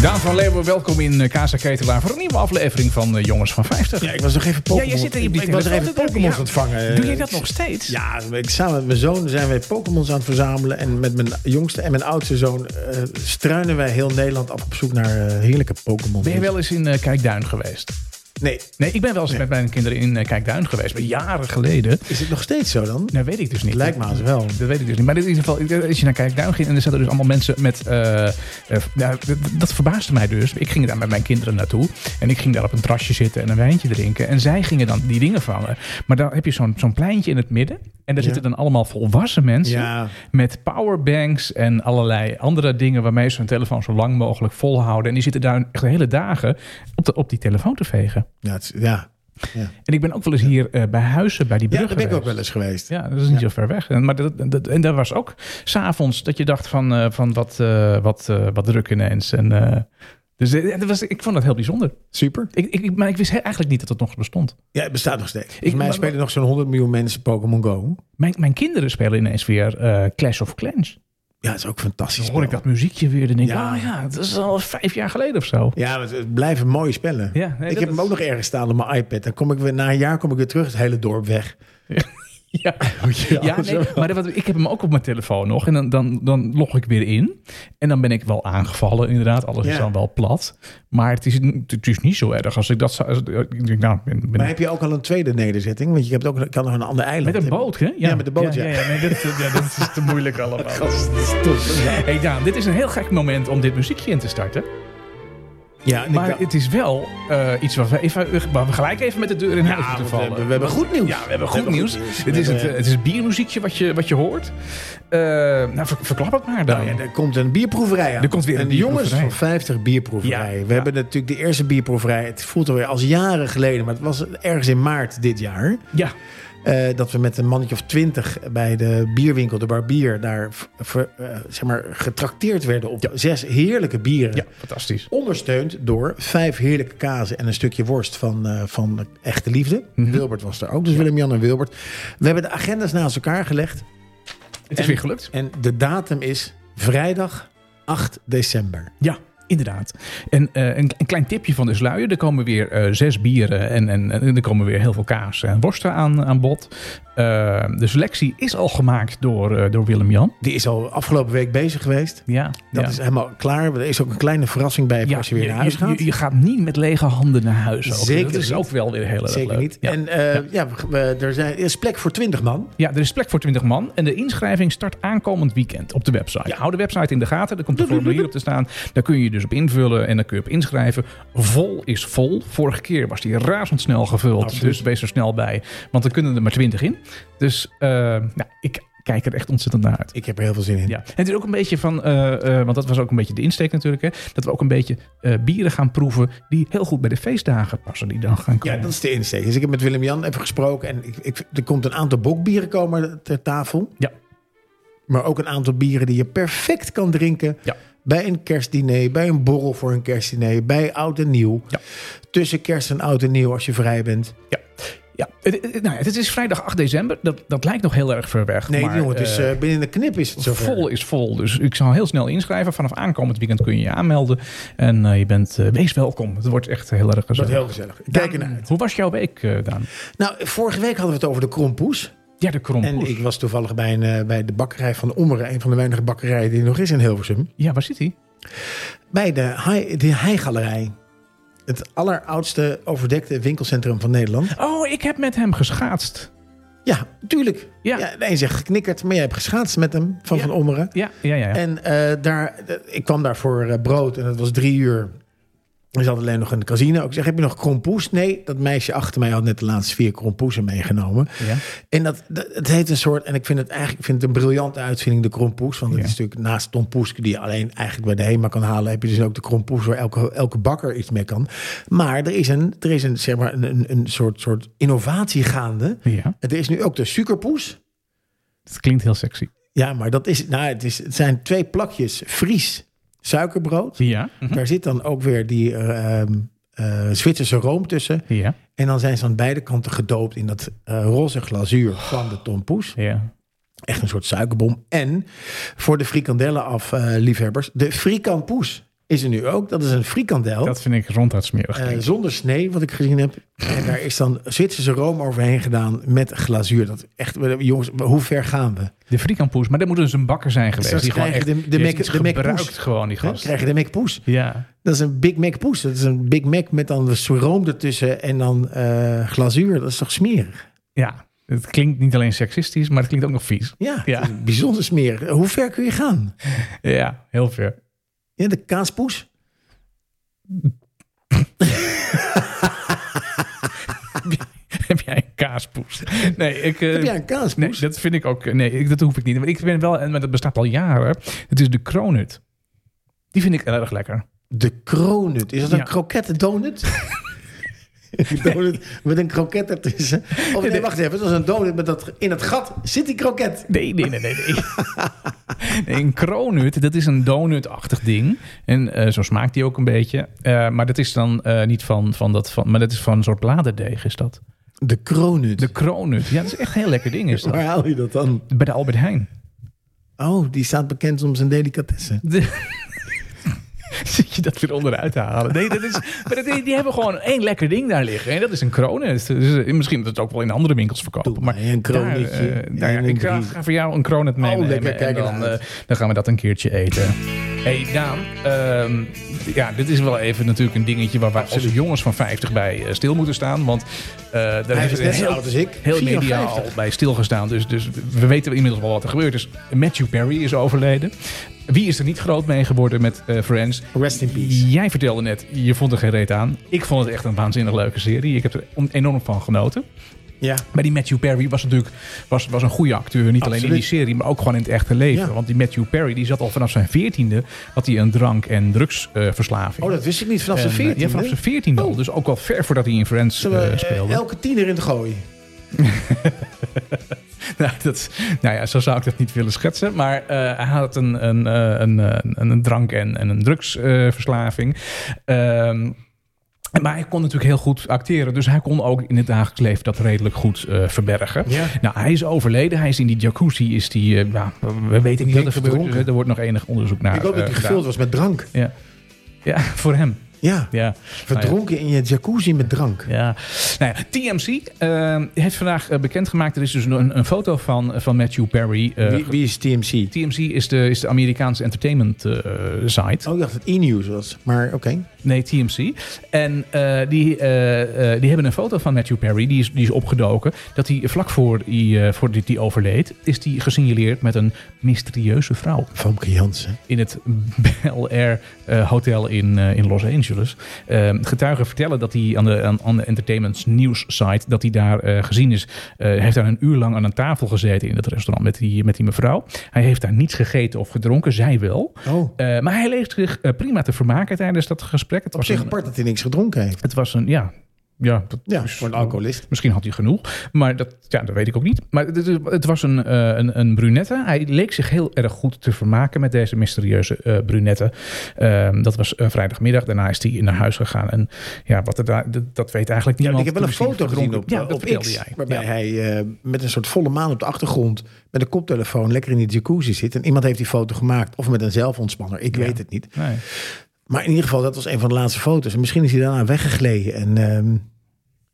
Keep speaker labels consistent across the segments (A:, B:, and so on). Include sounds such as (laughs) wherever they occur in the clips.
A: Daan van Leeuwen, welkom in eh, Casa Ketelaar voor een nieuwe aflevering van eh, Jongens van 50.
B: Ja, ik was nog even Pokémon.
A: Ja, jij zit er- je
B: ik,
A: bent
B: ik was
A: in
B: nog
A: de
B: even
A: foto,
B: Pokémon
A: ja.
B: aan het vangen.
A: Doe jij dat
B: Ik-
A: nog steeds?
B: Ja, ik, samen met mijn zoon zijn wij Pokémons aan het verzamelen. En met mijn jongste en mijn oudste zoon eh, struinen wij heel Nederland af op zoek naar eh, heerlijke Pokémon.
A: Ben je wel eens in eh, Kijkduin geweest?
B: Nee.
A: Nee, ik ben wel eens met mijn kinderen in eh, Kijkduin geweest, maar jaren geleden.
B: Is het nog steeds zo dan?
A: Dat weet ik dus niet.
B: Lijkt me als wel.
A: Dat weet ik dus niet. Maar in ieder geval, als je naar Kijkduin ging en er zaten dus allemaal mensen met... eh, eh, nou, d- d- dat verbaasde mij dus. Ik ging daar met mijn kinderen naartoe. En ik ging daar op een trasje zitten en een wijntje drinken. En zij gingen dan die dingen vangen. Maar dan heb je zo'n zo'n pleintje in het midden. En daar
B: Ja.
A: zitten dan allemaal volwassen mensen.
B: Ja.
A: Met powerbanks en allerlei andere dingen... waarmee ze hun telefoon zo lang mogelijk volhouden. En die zitten daar echt hele dagen op, de, op die telefoon te vegen.
B: Ja, het, is- ja. ja.
A: En ik ben ook wel eens hier eh, bij Huizen, bij die brug
B: ja daar ben ik ook
A: geweest.
B: wel eens geweest.
A: Ja, dat is niet zo ver weg. En, maar dat, dat, en daar was ook s'avonds dat je dacht van, eh, van wat, eh, wat, eh, wat druk ineens. En, eh, dus eh, dat was, ik vond dat heel bijzonder.
B: Super.
A: Ik, ik- ik, maar ik wist he- eigenlijk niet dat het nog bestond.
B: Ja, het bestaat nog steeds. Volgens
A: Ik-
B: mij
A: maar-
B: spelen nog zo'n 100 miljoen mensen Pokémon Go.
A: Mijn, mijn kinderen spelen ineens weer eh, Clash of Clans.
B: Ja, dat is ook fantastisch.
A: Dan hoor ik
B: spel.
A: dat muziekje weer. Dan denk ik,
B: Ja.
A: oh ja, dat is al vijf jaar geleden of zo.
B: Ja, het, het blijven mooie spellen.
A: Ja, nee, dat
B: ik heb hem
A: is-
B: ook nog ergens staan op mijn iPad. Dan kom ik weer, na een jaar kom ik weer terug, het hele dorp weg.
A: Ja,
B: Ja,
A: ja nee, maar dat- ik heb hem ook op mijn telefoon nog. En dan, dan, dan log ik weer in. En dan ben ik wel aangevallen, inderdaad. Alles is
B: Ja.
A: dan wel plat. Maar het is, het is niet zo erg als ik dat zou... als- ik denk, nou, ben, ben
B: Maar heb je ook al een tweede nederzetting? Want je hebt ook, kan nog een ander eiland.
A: Met een
B: hebben.
A: boot, hè?
B: Ja, met een boot, ja.
A: ja, nee, dat, ja, dat is te
B: (laughs)
A: moeilijk allemaal.
B: Gast, dat is toch- Ja,
A: hey Daan, dit is een heel gek moment om dit muziekje in te starten.
B: ja en ik
A: Maar
B: wel-
A: het is wel eh, iets wat we, even, waar we gelijk even met de deur in huis
B: ja,
A: moeten
B: want we,
A: vallen.
B: hebben, we hebben goed nieuws.
A: Ja, we hebben goed nieuws. Het is
B: We
A: het, eh,
B: hebben-
A: het is het biermuziekje wat je, wat je hoort. Eh, nou, ver- verklap het maar dan.
B: Nou ja, er komt een bierproeverij aan.
A: Er komt weer een
B: en
A: bierproeverij.
B: jongens van 50 bierproeverijen.
A: Ja,
B: we hebben natuurlijk de eerste bierproeverij. Het voelt alweer als jaren geleden, maar het was ergens in maart dit jaar.
A: ja,
B: Eh, dat we met een mannetje of twintig bij de bierwinkel, de barbier, daar v- ver- eh, zeg maar, getrakteerd werden op zes heerlijke bieren.
A: ja, fantastisch.
B: Ondersteund door vijf heerlijke kazen en een stukje worst van, eh, van Echte Liefde.
A: Mhm.
B: Wilbert was er ook, dus Willem-Jan en Wilbert. We hebben de agendas naast elkaar gelegd.
A: Het is
B: En-
A: weer gelukt.
B: En de datum is vrijdag 8 december.
A: Ja, inderdaad. En eh, een, een klein tipje van de sluier. Er komen weer eh, zes bieren en, en, en er komen weer heel veel kaas en worsten aan, aan bod. Eh, de selectie is al gemaakt door, eh, door Willem-Jan.
B: Die is al afgelopen week bezig geweest.
A: Ja,
B: Dat
A: ja.
B: is helemaal klaar. Er is ook een kleine verrassing bij
A: Ja,
B: als je weer naar huis gaat.
A: Je, je gaat niet met lege handen naar huis. Ook.
B: Zeker
A: Dat is
B: niet.
A: ook wel weer heel erg
B: Zeker
A: leuk.
B: niet.
A: Ja.
B: En eh, ja, we- we- er, zijn, er is plek voor 20 man.
A: ja, er is plek voor 20 man. En de inschrijving start aankomend weekend op de website. Hou de website in de gaten. Er komt een formulier op te staan. Daar kun je dus op invullen en daar kun je op inschrijven. Vol is vol. Vorige keer was die razendsnel gevuld.
B: Absoluut.
A: Dus wees er snel bij. Want er kunnen er maar 20 in. Dus eh, nou, ik kijk er echt ontzettend naar uit.
B: Ik heb er heel veel zin in.
A: Ja, en het is ook een beetje van, eh, eh, want dat was ook een beetje de insteek natuurlijk, hè, dat we ook een beetje eh, bieren gaan proeven die heel goed bij de feestdagen passen, die dan gaan
B: Ja,
A: komen.
B: dat is de insteek. Dus ik heb met Willem-Jan even gesproken. En ik, ik, er komt een aantal bokbieren komen ter tafel.
A: Ja.
B: Maar ook een aantal bieren die je perfect kan drinken.
A: Ja.
B: Bij een kerstdiner, bij een borrel voor een kerstdiner, bij oud en nieuw.
A: Ja.
B: Tussen kerst en oud en nieuw als je vrij bent.
A: ja. Ja, het, het- nou, het is vrijdag 8 december. Dat, dat lijkt nog heel erg ver weg.
B: Nee,
A: maar,
B: jongen, het is,
A: eh,
B: eh, binnen de knip is het zo
A: vol is vol. Dus ik zou heel snel inschrijven. Vanaf aankomend weekend kun je je aanmelden. En eh, je bent, eh, wees welkom. Het wordt echt heel erg
B: Dat
A: gezellig.
B: is heel gezellig. Ik Kijk ernaar
A: Daan,
B: uit.
A: Hoe was jouw week, eh, Daan?
B: Nou, vorige week hadden we het over de krompoes.
A: Ja, de
B: En
A: krompoes.
B: ik was toevallig bij, een, eh, bij de bakkerij van de Ommeren. Een van de weinige bakkerijen die er nog is in Hilversum.
A: Ja, waar zit hij?
B: Bij de, Hai- de Heigalerij. Het alleroudste overdekte winkelcentrum van Nederland.
A: Oh, ik heb met hem geschaatst.
B: Ja, tuurlijk.
A: Ja.
B: Ja, de een zegt geknikkerd, maar jij hebt geschaatst met hem van
A: Ja.
B: Van Ommeren.
A: Ja, ja, ja. ja.
B: En eh, daar, eh, ik kwam daar voor eh, brood en het was drie uur. Er zat alleen nog een casino. Ik zeg, heb je nog krompoes? Nee, dat meisje achter mij had net de laatste vier krompoesen meegenomen.
A: ja.
B: En dat, dat- het heeft een soort, en ik vind het eigenlijk ik vind het een briljante uitvinding, de krompoes. Want het
A: Ja.
B: is natuurlijk naast tompoes, die je alleen eigenlijk bij de HEMA kan halen, heb je dus ook de krompoes waar elke, elke bakker iets mee kan. Maar er is een, er is een, zeg maar, een, een, een soort, soort innovatie gaande.
A: ja.
B: Er is nu ook de suikerpoes.
A: Het klinkt heel sexy.
B: Ja, maar dat is, nou, het, is, het zijn twee plakjes Fries suikerbrood.
A: Ja. mhm.
B: Daar zit dan ook weer die eh, ehm, eh, Zwitserse room tussen.
A: Ja.
B: En dan zijn ze aan beide kanten gedoopt in dat eh, roze glazuur van de tompoes.
A: Ja.
B: Echt een soort suikerbom. En voor de frikandellenaf-liefhebbers, de frikanpoes. Is er nu ook. Dat is een frikandel.
A: Dat vind ik ronduit smerig.
B: eh, zonder snee, wat ik gezien heb. En daar is dan Zwitserse room overheen gedaan met glazuur. Dat echt, jongens, hoe ver gaan we?
A: de frikandpoes, maar dat moet dus een bakker zijn geweest.
B: Straks
A: die gewoon
B: krijg
A: echt,
B: je de- de
A: die
B: Mac-
A: is
B: de Mac
A: gebruikt
B: Poes.
A: gewoon, die
B: Dan
A: gast.
B: krijg je de Mac Poes.
A: Ja.
B: Dat is een Big Mac poes. Dat is een Big Mac met dan de room ertussen en dan eh, glazuur. Dat is toch smerig?
A: ja, het klinkt niet alleen seksistisch, maar het klinkt ook nog vies.
B: Ja,
A: Ja.
B: het is bijzonder smerig. Hoe ver kun je gaan?
A: Ja, heel ver. (laughs)
B: Ja, de kaaspoes?
A: Heb jij een kaaspoes? Nee, ik... eh,
B: Heb jij een
A: Nee,
B: kaaspoes?
A: dat vind ik ook. eh, Nee, ik, dat hoef ik niet. Maar ik ben wel, en maar dat bestaat al jaren. Het is de kroonhut. Die vind ik erg lekker.
B: De kroonut. Is dat een
A: Ja.
B: krokettendonut?
A: (laughs)
B: Een donut met een kroket ertussen. Of nee,
A: nee.
B: wacht even. Het was een donut met dat, in dat gat zit die kroket.
A: Nee, nee, nee, nee.
B: (laughs)
A: nee. Nee, een kroonhut, dat is een donutachtig ding. En eh, zo smaakt die ook een beetje. Eh, maar dat is dan eh, niet van, van dat van. Maar dat is van een soort bladerdeeg, is dat?
B: De kroonut.
A: De kroonhut. Ja, dat is echt een heel lekker ding, is dat?
B: Waar haal je dat dan?
A: Bij de Albert Heijn.
B: Oh, die staat bekend om zijn delicatessen.
A: De- (laughs) Zit je dat weer onderuit te halen? Nee, dat is, maar dat, die, die hebben gewoon één lekker ding daar liggen. En dat is een kronen. Dus, eh, misschien dat het ook wel in andere winkels verkopen.
B: Doe maar
A: Maar
B: een
A: daar,
B: kronetje
A: eh, daar,
B: en een
A: ik ga,
B: drie. Oh,
A: ga voor jou een kronet meenemen.
B: lekker, kijk
A: en dan,
B: ernaar uit.
A: eh, dan gaan we dat een keertje eten. hey, Daan. ehm, ja, dit is wel even natuurlijk een dingetje waar we als jongens van 50 bij eh, stil moeten staan. Want eh daar
B: Hij
A: heeft
B: is
A: een
B: net zo
A: heel,
B: oud als ik.
A: heel media
B: 54.
A: al bij stilgestaan. Dus, dus we weten inmiddels wel wat er gebeurd is. Matthew Perry is overleden. Wie is er niet groot mee geworden met eh, Friends?
B: Rest in peace.
A: Jij vertelde net, je vond er geen reet aan. Ik vond het echt een waanzinnig leuke serie. Ik heb er on- enorm van genoten.
B: Ja.
A: Maar die Matthew Perry was natuurlijk was, was een goede acteur. Niet alleen in
B: Absoluut.
A: die serie, maar ook gewoon in het echte leven.
B: Ja.
A: Want die Matthew Perry die zat al vanaf zijn veertiende... had hij een drank- en drugsverslaving.
B: Oh, dat wist ik niet vanaf
A: En,
B: zijn
A: eh,
B: 14.
A: Ja, vanaf zijn veertiende al.
B: Oh.
A: Dus ook wel ver voordat hij in Friends
B: Zullen we,
A: eh,
B: eh,
A: speelde.
B: elke tiener in het gooien?
A: (laughs) Nou, dat, nou ja, zo zou ik dat niet willen schetsen. Maar eh, hij had een, een, eh, een, eh, een, een drank- en, en een drugsverslaving. Ehm, maar hij kon natuurlijk heel goed acteren. Dus hij kon ook in het dagelijks leven dat redelijk goed eh, verbergen.
B: Ja.
A: Nou, hij is overleden. Hij is in die jacuzzi. Is die, eh, nou, we weten niet wat er gebeurt.
B: verdronken.
A: Er wordt nog enig onderzoek naar
B: ik hoop dat
A: eh,
B: hij
A: gedaan.
B: gevuld was met drank.
A: Ja. ja, (laughs) voor hem.
B: Ja,
A: Ah, Ja.
B: verdronken in je jacuzzi met drank.
A: Ja. Nou ja, TMC eh, heeft vandaag eh, bekendgemaakt. Er is dus een, een foto van, van Matthew Perry. eh,
B: Wie, wie is TMC?
A: TMC is de, is de Amerikaanse entertainment eh, site.
B: Oh, ik dacht dat het e-news was. Maar oké.
A: Nee, TMC. En eh, die, eh, eh, die hebben een foto van Matthew Perry. Die is, die is opgedoken. Dat hij vlak voor die, eh voor die, die overleed. Is die gesignaleerd met een mysterieuze vrouw.
B: Famke Jansen.
A: In het Bel Air eh, Hotel in, eh, in Los Angeles. Eh, getuigen vertellen dat hij aan de, aan, aan de entertainment news site. Dat hij daar eh, gezien is. Eh, Hij heeft daar een uur lang aan een tafel gezeten in dat restaurant met die, met die mevrouw. Hij heeft daar niets gegeten of gedronken. Zij wel.
B: Oh,
A: Eh, maar hij leeft zich eh, prima te vermaken tijdens dat gesprek. Het
B: op
A: was
B: zich
A: een,
B: apart dat hij niks gedronken heeft.
A: het was een ja, ja, dat
B: Ja,
A: is-
B: voor een alcoholist.
A: Misschien had hij genoeg, maar dat, ja, dat weet ik ook niet. Maar het, het- het was een, eh, een, een brunette. Hij leek zich heel erg goed te vermaken met deze mysterieuze eh, brunette. Ehm, dat was eh, vrijdagmiddag. Daarna is hij naar huis gegaan. En ja, wat er daar, dat, dat weet eigenlijk
B: Ja,
A: niemand.
B: ik heb wel een
A: Toen is hij
B: foto gezien op, eh,
A: verdronken. ja,
B: op
A: dat vertelde
B: X.
A: jij.
B: Waarbij
A: Ja.
B: hij eh, met een soort volle maan op de achtergrond... met een koptelefoon lekker in die jacuzzi zit. En iemand heeft die foto gemaakt. Of met een zelfontspanner. Ik weet het niet.
A: Nee.
B: Maar in ieder geval, dat was een van de laatste foto's. En misschien is hij daarna weggegleden. En ehm,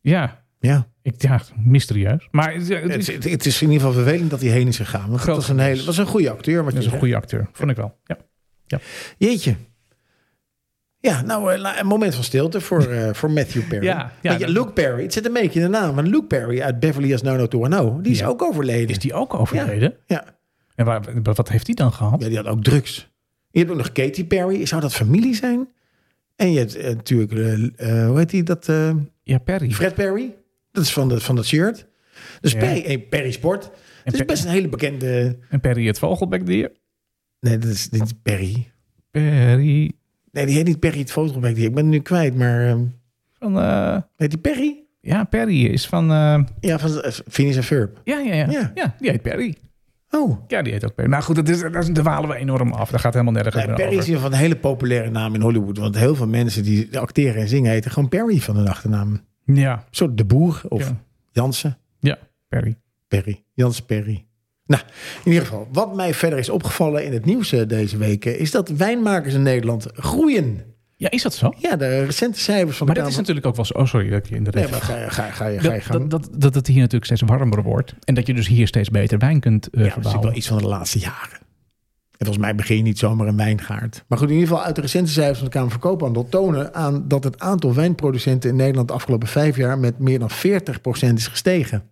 A: ja,
B: ja,
A: ik, ja, mysterieus. Maar eh, het, het
B: het,
A: is,
B: het, het is in ieder geval vervelend dat hij heen is gegaan. Want
A: Groot
B: dat was een, hele, was een goede acteur. Wat
A: het
B: je
A: is een
B: zegt.
A: goede acteur, vond ik wel. Ja.
B: Jeetje. Ja, nou, eh, la- een moment van stilte voor,
A: (laughs)
B: eh, voor Matthew Perry.
A: Ja, ja,
B: Want je-
A: dat-
B: Luke Perry, het zit een beetje in de naam. Maar Luke Perry uit Beverly Hills 90210, die is
A: Ja.
B: ook overleden.
A: Is die ook overleden?
B: Ja.
A: En waar, wat heeft hij dan gehad?
B: ja, die had ook drugs. Je hebt ook nog Katy Perry. Zou dat familie zijn? En je hebt eh, natuurlijk, eh, eh, hoe heet die, dat, eh,
A: Ja, Perry.
B: Fred Perry. Dat is van, de, van dat shirt. Dus
A: Ja.
B: Perry, eh, Perry Sport. Het is
A: Perry-
B: best een hele bekende...
A: En Perry het vogelbekdier.
B: Nee, dat is niet Perry.
A: Perry
B: Nee, die heet niet Perry het fotogebruik. Ik ben het nu kwijt, maar... ehm,
A: van... eh,
B: heet die Perry?
A: ja, Perry is van... eh,
B: Ja, van eh, Phineas en Ferb.
A: ja, ja, ja,
B: Ja.
A: ja. die heet Perry.
B: Oh,
A: Ja, die heet ook Perry. Maar goed, dat is, dat is, daar dwalen we enorm af. Daar gaat helemaal nergens
B: Nee,
A: meer
B: Perry is in
A: over.
B: ieder geval een hele populaire naam in Hollywood. Want heel veel mensen die acteren en zingen heten gewoon Perry van hun achternaam. Een
A: Ja,
B: soort De Boer of
A: Ja.
B: Jansen.
A: ja, Perry.
B: Perry. Jansen Perry. Nou, in ieder geval, wat mij verder is opgevallen in het nieuws eh, deze week... eh, is dat wijnmakers in Nederland groeien.
A: Ja, is dat zo?
B: Ja, de recente cijfers van
A: Maar
B: de
A: dat is
B: Kamer...
A: natuurlijk ook wel zo. Oh, sorry dat ik je in de reden.
B: Nee, maar ga, ga, ga, je- ga je
A: dat,
B: gang.
A: dat, dat, dat het hier natuurlijk steeds warmer wordt. En dat je dus hier steeds beter wijn kunt eh
B: Ja, dat is natuurlijk
A: verbouwen.
B: wel iets van de laatste jaren. En volgens mij begin je niet zomaar een wijngaard. Maar goed, in ieder geval uit de recente cijfers van de Kamer van Koophandel tonen aan dat het aantal wijnproducenten in Nederland de afgelopen vijf jaar met meer dan 40% is gestegen.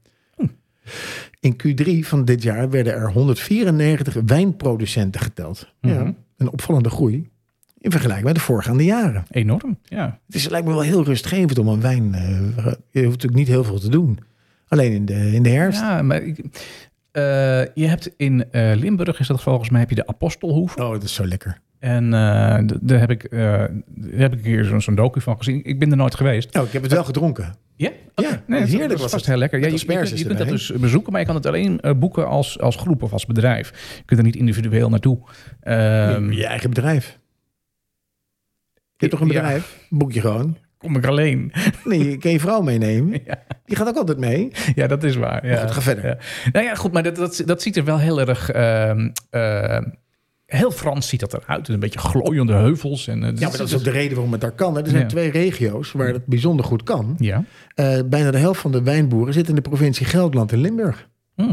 B: In Q3 van dit jaar werden er 194 wijnproducenten geteld.
A: Mhm.
B: ja, een opvallende groei in vergelijking met de voorgaande jaren.
A: Enorm, ja.
B: Het is, lijkt me wel heel rustgevend om een wijn. eh, je hoeft natuurlijk niet heel veel te doen. Alleen in de, in de herfst.
A: Ja, maar ik, eh, je hebt in eh, Limburg, is dat volgens mij, heb je de Apostelhoeve.
B: Oh, dat is zo lekker.
A: En eh, d- daar heb ik, eh, daar heb ik hier zo'n zo'n docu van gezien. Ik ben er nooit geweest.
B: Nou, ik heb het wel gedronken.
A: Ja? Oké.
B: Ja,
A: nee, dat
B: heerlijk
A: is
B: was
A: vast
B: het.
A: heel lekker. Ja,
B: Met
A: je, je,
B: asperges
A: kunt- je kunt dat
B: erbij.
A: dus bezoeken, maar je kan het alleen eh, boeken als, als groep of als bedrijf. Je kunt er niet individueel naartoe. Ehm,
B: je eigen bedrijf. Je hebt toch een
A: Ja.
B: bedrijf? Boek je gewoon.
A: Kom ik alleen.
B: Nee, je kan je vrouw (laughs) meenemen.
A: Ja.
B: Die gaat ook altijd mee.
A: (laughs) Ja, dat is waar. Ja.
B: Maar goed, ga verder.
A: Ja. Nou ja, goed, maar dat, dat, dat ziet er wel heel erg... ehm, ehm, heel Frans ziet dat eruit. Een beetje glooiende heuvels. En, eh,
B: Ja, maar dat is ook de reden waarom het daar kan. hè. Er zijn
A: Ja.
B: twee regio's waar dat bijzonder goed kan.
A: Ja.
B: Eh, bijna de helft van de wijnboeren zit in de provincie Gelderland in Limburg.
A: Hm.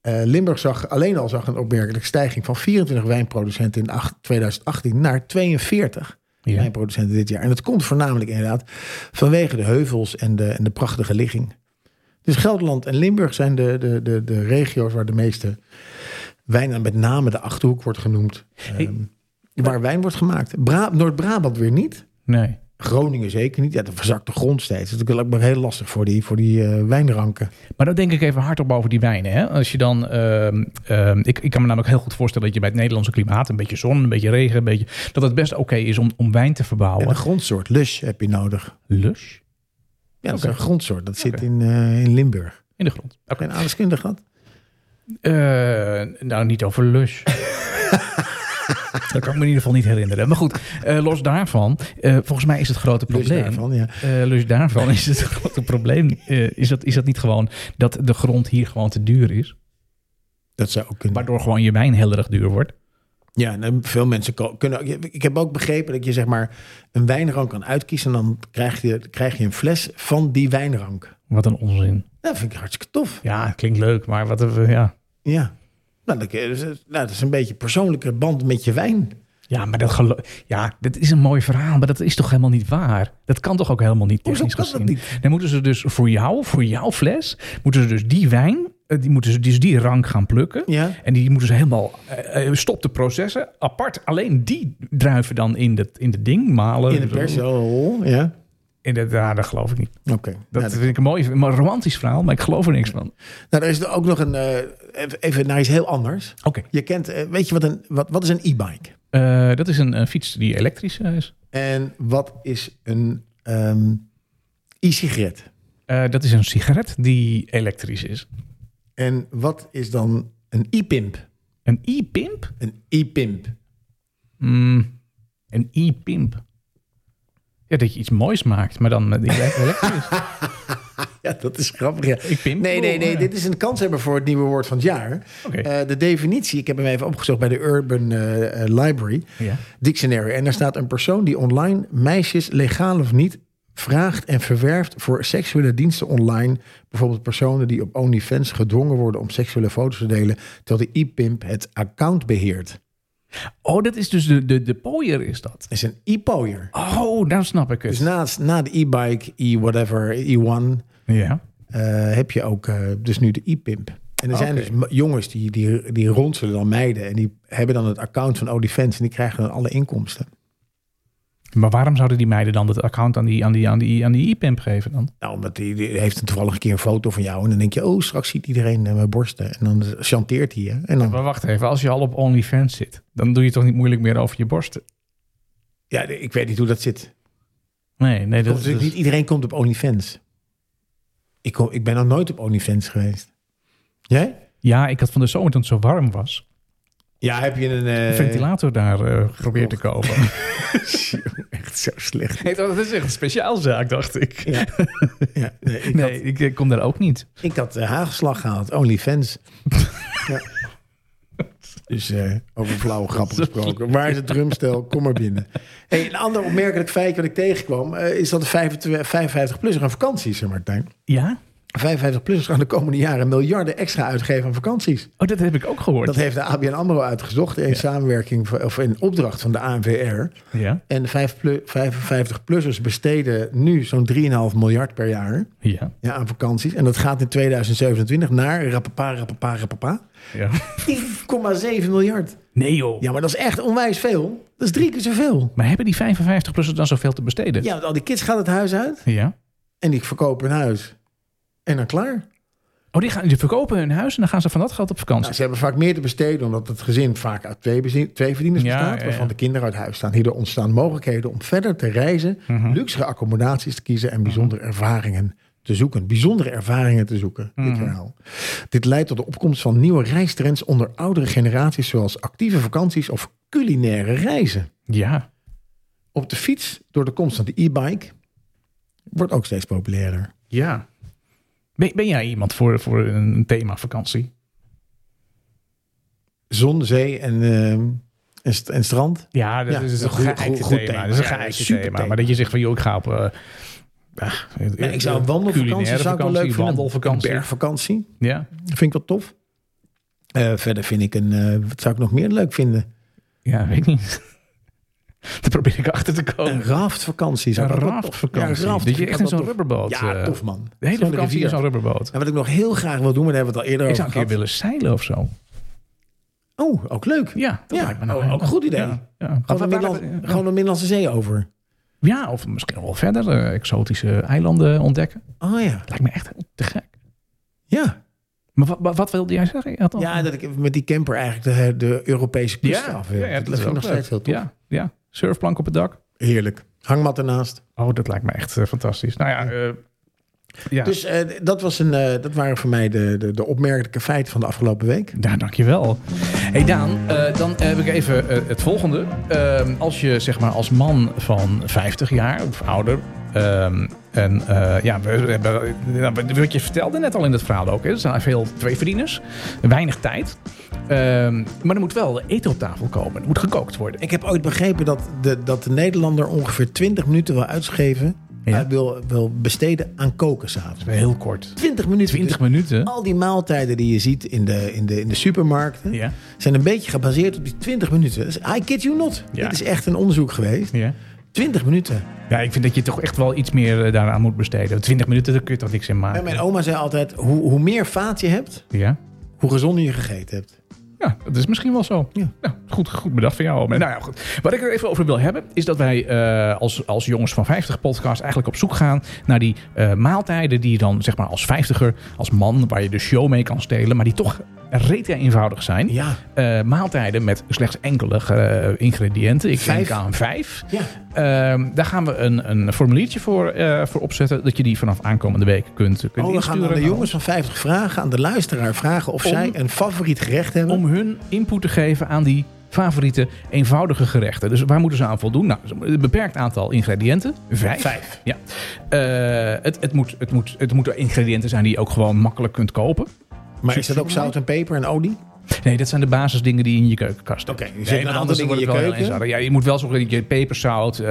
B: Eh, Limburg zag alleen al zag een opmerkelijke stijging van 24 wijnproducenten in acht- 2018 naar 42
A: Ja.
B: wijnproducenten dit jaar. En dat komt voornamelijk inderdaad vanwege de heuvels en de, en de prachtige ligging. Dus Gelderland en Limburg zijn de, de, de, de regio's waar de meeste wijn, en met name de Achterhoek, wordt genoemd. Ehm, waar wijn wordt gemaakt. Bra- Noord-Brabant weer niet.
A: Nee.
B: Groningen zeker niet. Ja, dan verzakt de grond steeds. Dat is natuurlijk ook maar heel lastig voor die, voor die eh, wijnranken.
A: Maar dan denk ik even hardop over die wijnen. Hè? Als je dan, ehm, ehm, ik, ik kan me namelijk heel goed voorstellen dat je bij het Nederlandse klimaat een beetje zon, een beetje regen, een beetje, dat het best oké is om, om wijn te
B: En
A: verbouwen.
B: een grondsoort, lush, heb je nodig.
A: Lush
B: Ja, dat
A: Oké.
B: is een grondsoort. Dat zit
A: Oké.
B: in, eh, in Limburg.
A: in de grond.
B: Heb je een aardeskundige gehad?
A: Eh, nou, niet over (laughs) lush. Dat kan ik me in ieder geval niet herinneren. Maar goed, eh, los daarvan, eh, volgens mij is het grote
B: Lush
A: probleem.
B: daarvan, ja.
A: Eh, dus daarvan is het (laughs) grote probleem. eh, is, dat, is dat niet gewoon dat de grond hier gewoon te duur is?
B: Dat zou ook kunnen.
A: Waardoor gewoon je wijn heel erg duur wordt.
B: Ja, en, eh, veel mensen ko- kunnen... ook- Ik heb ook begrepen dat je zeg maar een wijnrank kan uitkiezen... en dan krijg je, krijg je een fles van die wijnrank.
A: Wat een onzin.
B: Dat vind ik hartstikke tof.
A: Ja, klinkt leuk, maar wat een- ja.
B: Ja. Nou, dat, is- nou, dat is een beetje persoonlijke band met je wijn.
A: Ja, maar dat gelo- Ja, dat is een mooi verhaal, maar dat is toch helemaal niet waar? Dat kan toch ook helemaal niet
B: Hoezo
A: technisch
B: kan dat
A: gezien?
B: niet?
A: Dan moeten ze dus voor jou, voor jouw fles, moeten ze dus die wijn, eh, die moeten ze dus die rank gaan plukken.
B: Ja.
A: En die moeten ze helemaal, eh, eh, stop de processen, apart alleen die druiven dan in het in het ding malen.
B: In de pers. Oh, ja.
A: In dat- ja, dat geloof ik niet.
B: Oké.
A: Dat
B: Nou,
A: vind ik een mooi, een romantisch verhaal, maar ik geloof er niks van. Oké.
B: Nou, er is er ook nog een. eh, even- even naar iets heel anders. Je kent. eh, weet je wat een. Wat, wat is een e-bike?
A: Eh, dat is een, eh, fiets die elektrisch eh, is.
B: En wat is een. ehm, e-sigaret?
A: Eh, dat is een sigaret die elektrisch is.
B: En wat is dan een e-pimp?
A: Een e-pimp?
B: Een e-pimp.
A: Mm, een e-pimp. Ja, dat je iets moois maakt, maar dan (laughs) met die elektrisch.
B: (laughs) Ja, dat is grappig. Ja.
A: Ik pimp.
B: Nee, nee, nee.
A: Ja.
B: Dit is een kanshebber voor het nieuwe woord van het jaar.
A: Oké.
B: Eh, de definitie, ik heb hem even opgezocht bij de Urban eh, eh, Library
A: Ja.
B: Dictionary. En daar staat een persoon die online meisjes, legaal of niet, vraagt en verwerft voor seksuele diensten online. Bijvoorbeeld personen die op OnlyFans gedwongen worden om seksuele foto's te delen, terwijl de e-pimp het account beheert.
A: Oh, dat is dus de, de, de pooier is dat.
B: Dat is een e-pooier.
A: Oh, nou snap ik het.
B: Dus naast, na de e-bike, e-whatever, e-one,
A: ja.
B: eh, heb je ook eh, dus nu de e-pimp. En er zijn
A: Oké.
B: dus m- jongens die, die, die ronselen dan meiden. En die hebben dan het account van OnlyFans. En die krijgen dan alle inkomsten.
A: Maar waarom zouden die meiden dan dat account aan die, aan die, aan die, aan die e-pimp geven dan?
B: Nou, omdat die, die heeft een toevallig een keer een foto van jou. En dan denk je, oh, straks ziet iedereen eh, mijn borsten. En dan chanteert hij je. En dan,
A: Maar wacht even, als je al op OnlyFans zit, dan doe je toch niet moeilijk meer over je borsten?
B: ja, ik weet niet hoe dat zit.
A: Nee, nee, dat, dus-
B: Komt natuurlijk niet iedereen komt op OnlyFans. Ik, kom, ik ben nog nooit op OnlyFans geweest. Jij?
A: Ja, ik had van de zomer toen het zo warm was,
B: Ja, heb je een...
A: een
B: eh,
A: ventilator daar eh, geprobeerd te kopen.
B: Echt zo slecht.
A: (laughs) Nee, dat is echt een speciaalzaak, dacht ik.
B: Ja. ja, nee, ik,
A: Nee, ik, ik kom daar ook niet.
B: Had, ik had eh, hagelslag gehaald. eh, OnlyFans. Dus eh, over flauwe grappen gesproken. Waar is het drumstel? Kom maar binnen. Hey, een ander opmerkelijk feit wat ik tegenkwam... eh, is dat de 55-plussers aan vakanties zijn, Martijn.
A: Ja?
B: 55-plussers gaan de komende jaren miljarden extra uitgeven aan vakanties.
A: Oh, dat heb ik ook gehoord.
B: Dat heeft de ABN AMRO uitgezocht in samenwerking... van- of in opdracht van de ANVR...
A: Ja?
B: En de 55-plussers besteden nu zo'n 3,5 miljard per jaar
A: Ja.
B: ja, aan vakanties. En dat gaat in 2027 naar rapapa, rapapa, rapapa.
A: ja.
B: (laughs) 10,7 miljard.
A: Nee joh.
B: Ja, maar dat is echt onwijs veel. Dat is drie keer zoveel.
A: Maar hebben die 55-plussers dan zoveel te besteden?
B: Ja, want al die kids gaan het huis uit
A: Ja.
B: en die verkopen hun huis. En dan klaar.
A: Oh, die, gaan, die verkopen hun huis en dan gaan ze van dat geld op vakantie.
B: Nou, ze hebben vaak meer te besteden omdat het gezin vaak uit twee, bezien- twee verdieners
A: Ja,
B: bestaat.
A: ja, ja.
B: Waarvan de kinderen uit huis staan. Hierdoor ontstaan mogelijkheden om verder te reizen,
A: Mhm.
B: luxere accommodaties te kiezen en bijzondere ervaringen te zoeken. Bijzondere ervaringen te zoeken, dit verhaal. Dit leidt tot de opkomst van nieuwe reistrends onder oudere generaties, zoals actieve vakanties of culinaire reizen.
A: Ja.
B: Op de fiets, door de komst van de e-bike, wordt ook steeds populairder.
A: Ja. Ben, ben jij iemand voor, voor een thema vakantie?
B: Zon, zee en, eh, en, st- en strand.
A: Ja, dat
B: Ja,
A: is
B: een
A: een
B: goed-
A: goed,
B: goed- goed
A: thema.
B: thema.
A: Dat is een
B: Ja,
A: geëikte
B: super
A: thema.
B: thema.
A: Maar dat je zegt van, joh, ik ga op... eh, ah,
B: Nee, ik zou een wandelvakantie
A: culinaire
B: zou ik wel leuk
A: vakantie,
B: vinden.
A: Wandelvakantie.
B: Een bergvakantie.
A: Ja.
B: Vind ik wel tof. Eh, verder vind ik een... eh, wat zou ik nog meer leuk vinden?
A: ja, weet ik niet. (laughs) Daar probeer ik achter te
B: Een
A: komen.
B: raftvakantie.
A: Een
B: Zou ik ook wel tof-
A: raftvakantie.
B: Ja, een raft
A: dat je
B: vind ik
A: echt in
B: ook wel
A: zo'n
B: tof.
A: rubberboot...
B: Ja,
A: eh,
B: tof man.
A: De hele
B: Zo'n
A: vakantie
B: rivier.
A: in zo'n rubberboot.
B: En wat ik nog heel graag wil doen, maar daar hebben we het al eerder
A: Ik zou
B: over
A: een keer
B: gehad.
A: willen zeilen of zo.
B: Oh, ook leuk.
A: Ja, dat
B: Ja,
A: lijkt me nou
B: oh, ook een goed idee.
A: Ja, ja.
B: Gewoon, de
A: Waar-
B: Middellandse,
A: waar-
B: gewoon de Middellandse Zee over.
A: ja, of misschien nog wel verder eh, exotische eilanden ontdekken.
B: Oh ja.
A: Lijkt me echt te gek.
B: Ja.
A: Maar wat, wat, wat wilde jij zeggen? Je had al-
B: Ja, dat ik met die camper eigenlijk de, de Europese kust af wil. dat,
A: is
B: vind ik
A: ook
B: nog
A: leuk.
B: steeds heel tof.
A: Ja, ja, surfplank op het dak.
B: Heerlijk. Hangmat ernaast.
A: Oh, dat lijkt me echt eh, fantastisch. Nou ja, eh, ja.
B: Dus eh, dat, was een, eh, dat waren voor mij de, de, de opmerkelijke feiten van de afgelopen week.
A: Ja, dankjewel. hey Daan, eh, dan heb ik even eh, het volgende. Ehm, als je zeg maar als man van 50 jaar of ouder... ehm, en eh, ja, we, we hebben, nou, wat je vertelde net al in het verhaal ook. Hè, er zijn veel tweeverdieners, weinig tijd. Ehm, maar er moet wel eten op tafel komen. Er moet gekookt worden.
B: Ik heb ooit begrepen dat de, dat de Nederlander ongeveer 20 minuten wil uitgeven.
A: Ja.
B: Hij wil, wil besteden aan koken s'avonds.
A: Heel kort.
B: 20 minuten.
A: 20
B: Dus
A: minuten.
B: al die maaltijden die je ziet in de, in de, in de supermarkten.
A: Ja.
B: zijn een beetje gebaseerd op die 20 minuten. Dus I kid you not.
A: Ja.
B: Dit is echt een onderzoek geweest.
A: ja.
B: 20 minuten.
A: Ja, ik vind dat je toch echt wel iets meer eh, daaraan moet besteden. 20 minuten, daar kun je toch niks in
B: En mijn
A: maken.
B: oma zei altijd: hoe, hoe meer vaat je hebt,
A: Ja.
B: hoe gezonder je gegeten hebt.
A: Ja, dat is misschien wel zo.
B: Ja.
A: Nou, goed, goed bedacht van jou. Maar nou ja, goed. Wat ik er even over wil hebben, is dat wij eh, als, als jongens van 50 podcast eigenlijk op zoek gaan naar die eh, maaltijden die je dan zeg maar als 50er, als man, waar je de show mee kan stelen, maar die toch rete eenvoudig zijn.
B: Ja.
A: Eh, maaltijden met slechts enkele eh, ingrediënten. Ik
B: Vijf.
A: denk aan vijf.
B: Ja.
A: Ehm, daar gaan we een, een formuliertje voor, eh, voor opzetten. Dat je die vanaf aankomende week kunt, kunt
B: Oh, we gaan
A: insturen.
B: aan de
A: Nou,
B: jongens van 50 vragen, aan de luisteraar vragen of
A: Om-
B: zij een favoriet gerecht hebben.
A: om hun input te geven aan die favoriete eenvoudige gerechten. Dus waar moeten ze aan voldoen? Nou, een beperkt aantal ingrediënten. Vijf.
B: Vijf.
A: Ja. Eh, het, het, moet, het, moet, het moeten ingrediënten zijn die je ook gewoon makkelijk kunt kopen.
B: Maar is dat ook zout en peper en olie?
A: Nee, dat zijn de basisdingen die je in je keukenkast hebt.
B: Oké, je
A: Nee,
B: zet een
A: want
B: aantal
A: anders
B: dingen
A: wordt
B: in
A: het
B: je
A: wel heel
B: keuken.
A: eenzadig. Ja, je moet wel zorgen dat je peperzout, eh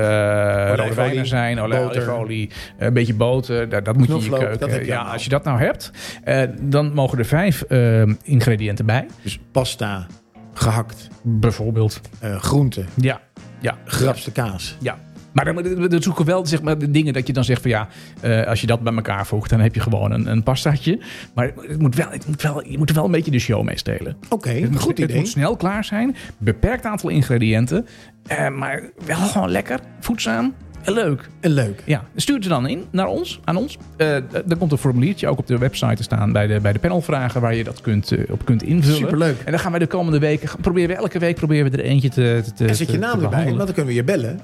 A: rode wijn zijn, olie-
B: boter.
A: olijfolie, eh, een beetje boter. Dat, dat moet je in je
B: Knoflook,
A: keuken.
B: dat heb je
A: ja,
B: allemaal.
A: als je dat nou hebt, eh, dan mogen er vijf eh, ingrediënten bij.
B: Dus pasta, gehakt,
A: Bijvoorbeeld.
B: eh groenten,
A: Ja, ja.
B: grapste kaas.
A: Ja. Maar dan, dan- dan zoeken we wel zeg maar, de dingen dat je dan zegt van ja, eh, als je dat bij elkaar voegt, dan heb je gewoon een, een pastaatje. Maar het moet wel, het moet wel, je moet er wel een beetje de show mee stelen.
B: Oké,
A: Het moet-
B: goed
A: Het moet
B: idee.
A: snel klaar zijn, beperkt aantal ingrediënten, eh, maar wel gewoon lekker, voedzaam en leuk.
B: En leuk.
A: Ja, stuur het er dan in naar ons, aan ons. Eh er komt een formuliertje ook op de website te staan bij de, bij de panelvragen waar je dat kunt, eh, op kunt invullen.
B: Superleuk.
A: En dan gaan wij de komende weken, proberen we elke week proberen we er eentje te, te, te
B: En zet je
A: te-
B: naam
A: te
B: erbij, want
A: behandelen.
B: dan kunnen we je bellen.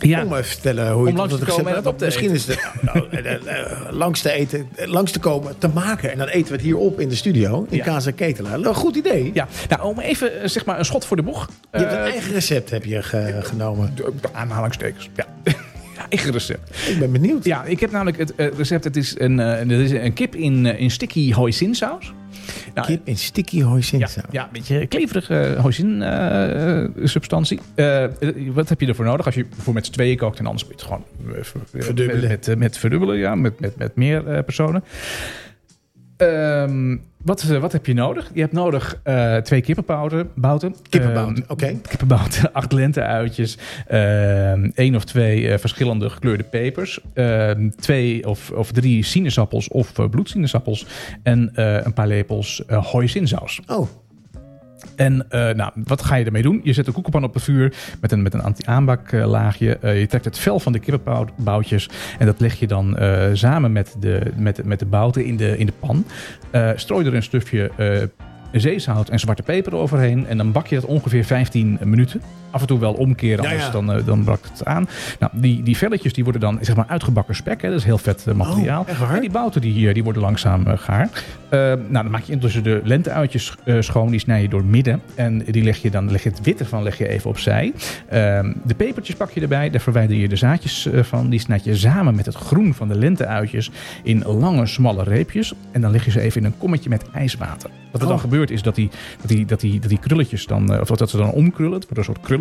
A: Ja.
B: Om even te vertellen hoe je
A: Om langs
B: het
A: te komen
B: recept-
A: en het op te
B: Misschien is het eh, nou, eh, eh, langs te eten, eh, langs te komen, te maken. En dan eten we het hier op in de studio, in
A: Ja.
B: Casa Ketelaar. Een goed idee.
A: Ja, nou om even eh, zeg maar een schot voor de boeg.
B: Je hebt
A: Eh,
B: een eigen recept heb je ge- genomen.
A: de- de aanhalingstekens. Ja. ja, eigen recept.
B: Ik ben benieuwd.
A: Ja, ik heb namelijk het eh, recept. Het is een, eh, er is een kip in, eh, in sticky hoisinsaus. Nou,
B: Kip in sticky hoisin
A: Ja, ja, een beetje kleverige eh, hoisin-substantie. eh, wat heb je ervoor nodig? Als je voor met z'n tweeën kookt en anders moet je het gewoon eh, ver- eh,
B: Verdubbelen.
A: Met, eh, met verdubbelen, ja, met, met, met meer eh, personen. Ehm, wat, eh, wat heb je nodig? Je hebt nodig eh, twee kippenbouten. bouten.
B: Kippenbouten,
A: Ehm,
B: oké.
A: Kippenbouten, (laughs) acht lentenuitjes, ehm één of twee eh, verschillende gekleurde pepers, ehm, twee of, of drie sinaasappels of eh, bloedsinaasappels en eh, een paar lepels eh hoisinsaus.
B: Oh,
A: En eh, nou, wat ga je ermee doen? Je zet de koekenpan op het vuur met een, met een anti-aanbaklaagje. Eh, je trekt het vel van de kippenboutjes en dat leg je dan eh, samen met de, met, met de bouten in de, in de pan. Eh, strooi er een stufje eh, zeezout en zwarte peper overheen en dan bak je dat ongeveer 15 minuten. Af en toe wel omkeren,
B: Ja,
A: anders
B: ja.
A: Dan, eh, dan bakt het aan. Nou, die, die velletjes die worden dan zeg maar uitgebakken spek. Hè? Dat is heel vet eh, materiaal.
B: Oh, echt waar?
A: En die bouten die, eh, die worden langzaam eh, gaar. Eh, nou, dan maak je intussen de lenteuitjes eh, schoon. Die snij je door het midden. En die leg je dan, leg je het witte van leg je even opzij. Ehm, de pepertjes pak je erbij. Daar verwijder je de zaadjes eh, van. Die snijd je samen met het groen van de lenteuitjes in lange, smalle reepjes. En dan leg je ze even in een kommetje met ijswater. Wat er dan
B: Oh.
A: gebeurt is dat die, dat die, dat die, dat die krulletjes dan, eh, of dat ze dan omkrullen. Het wordt een soort krulletjes.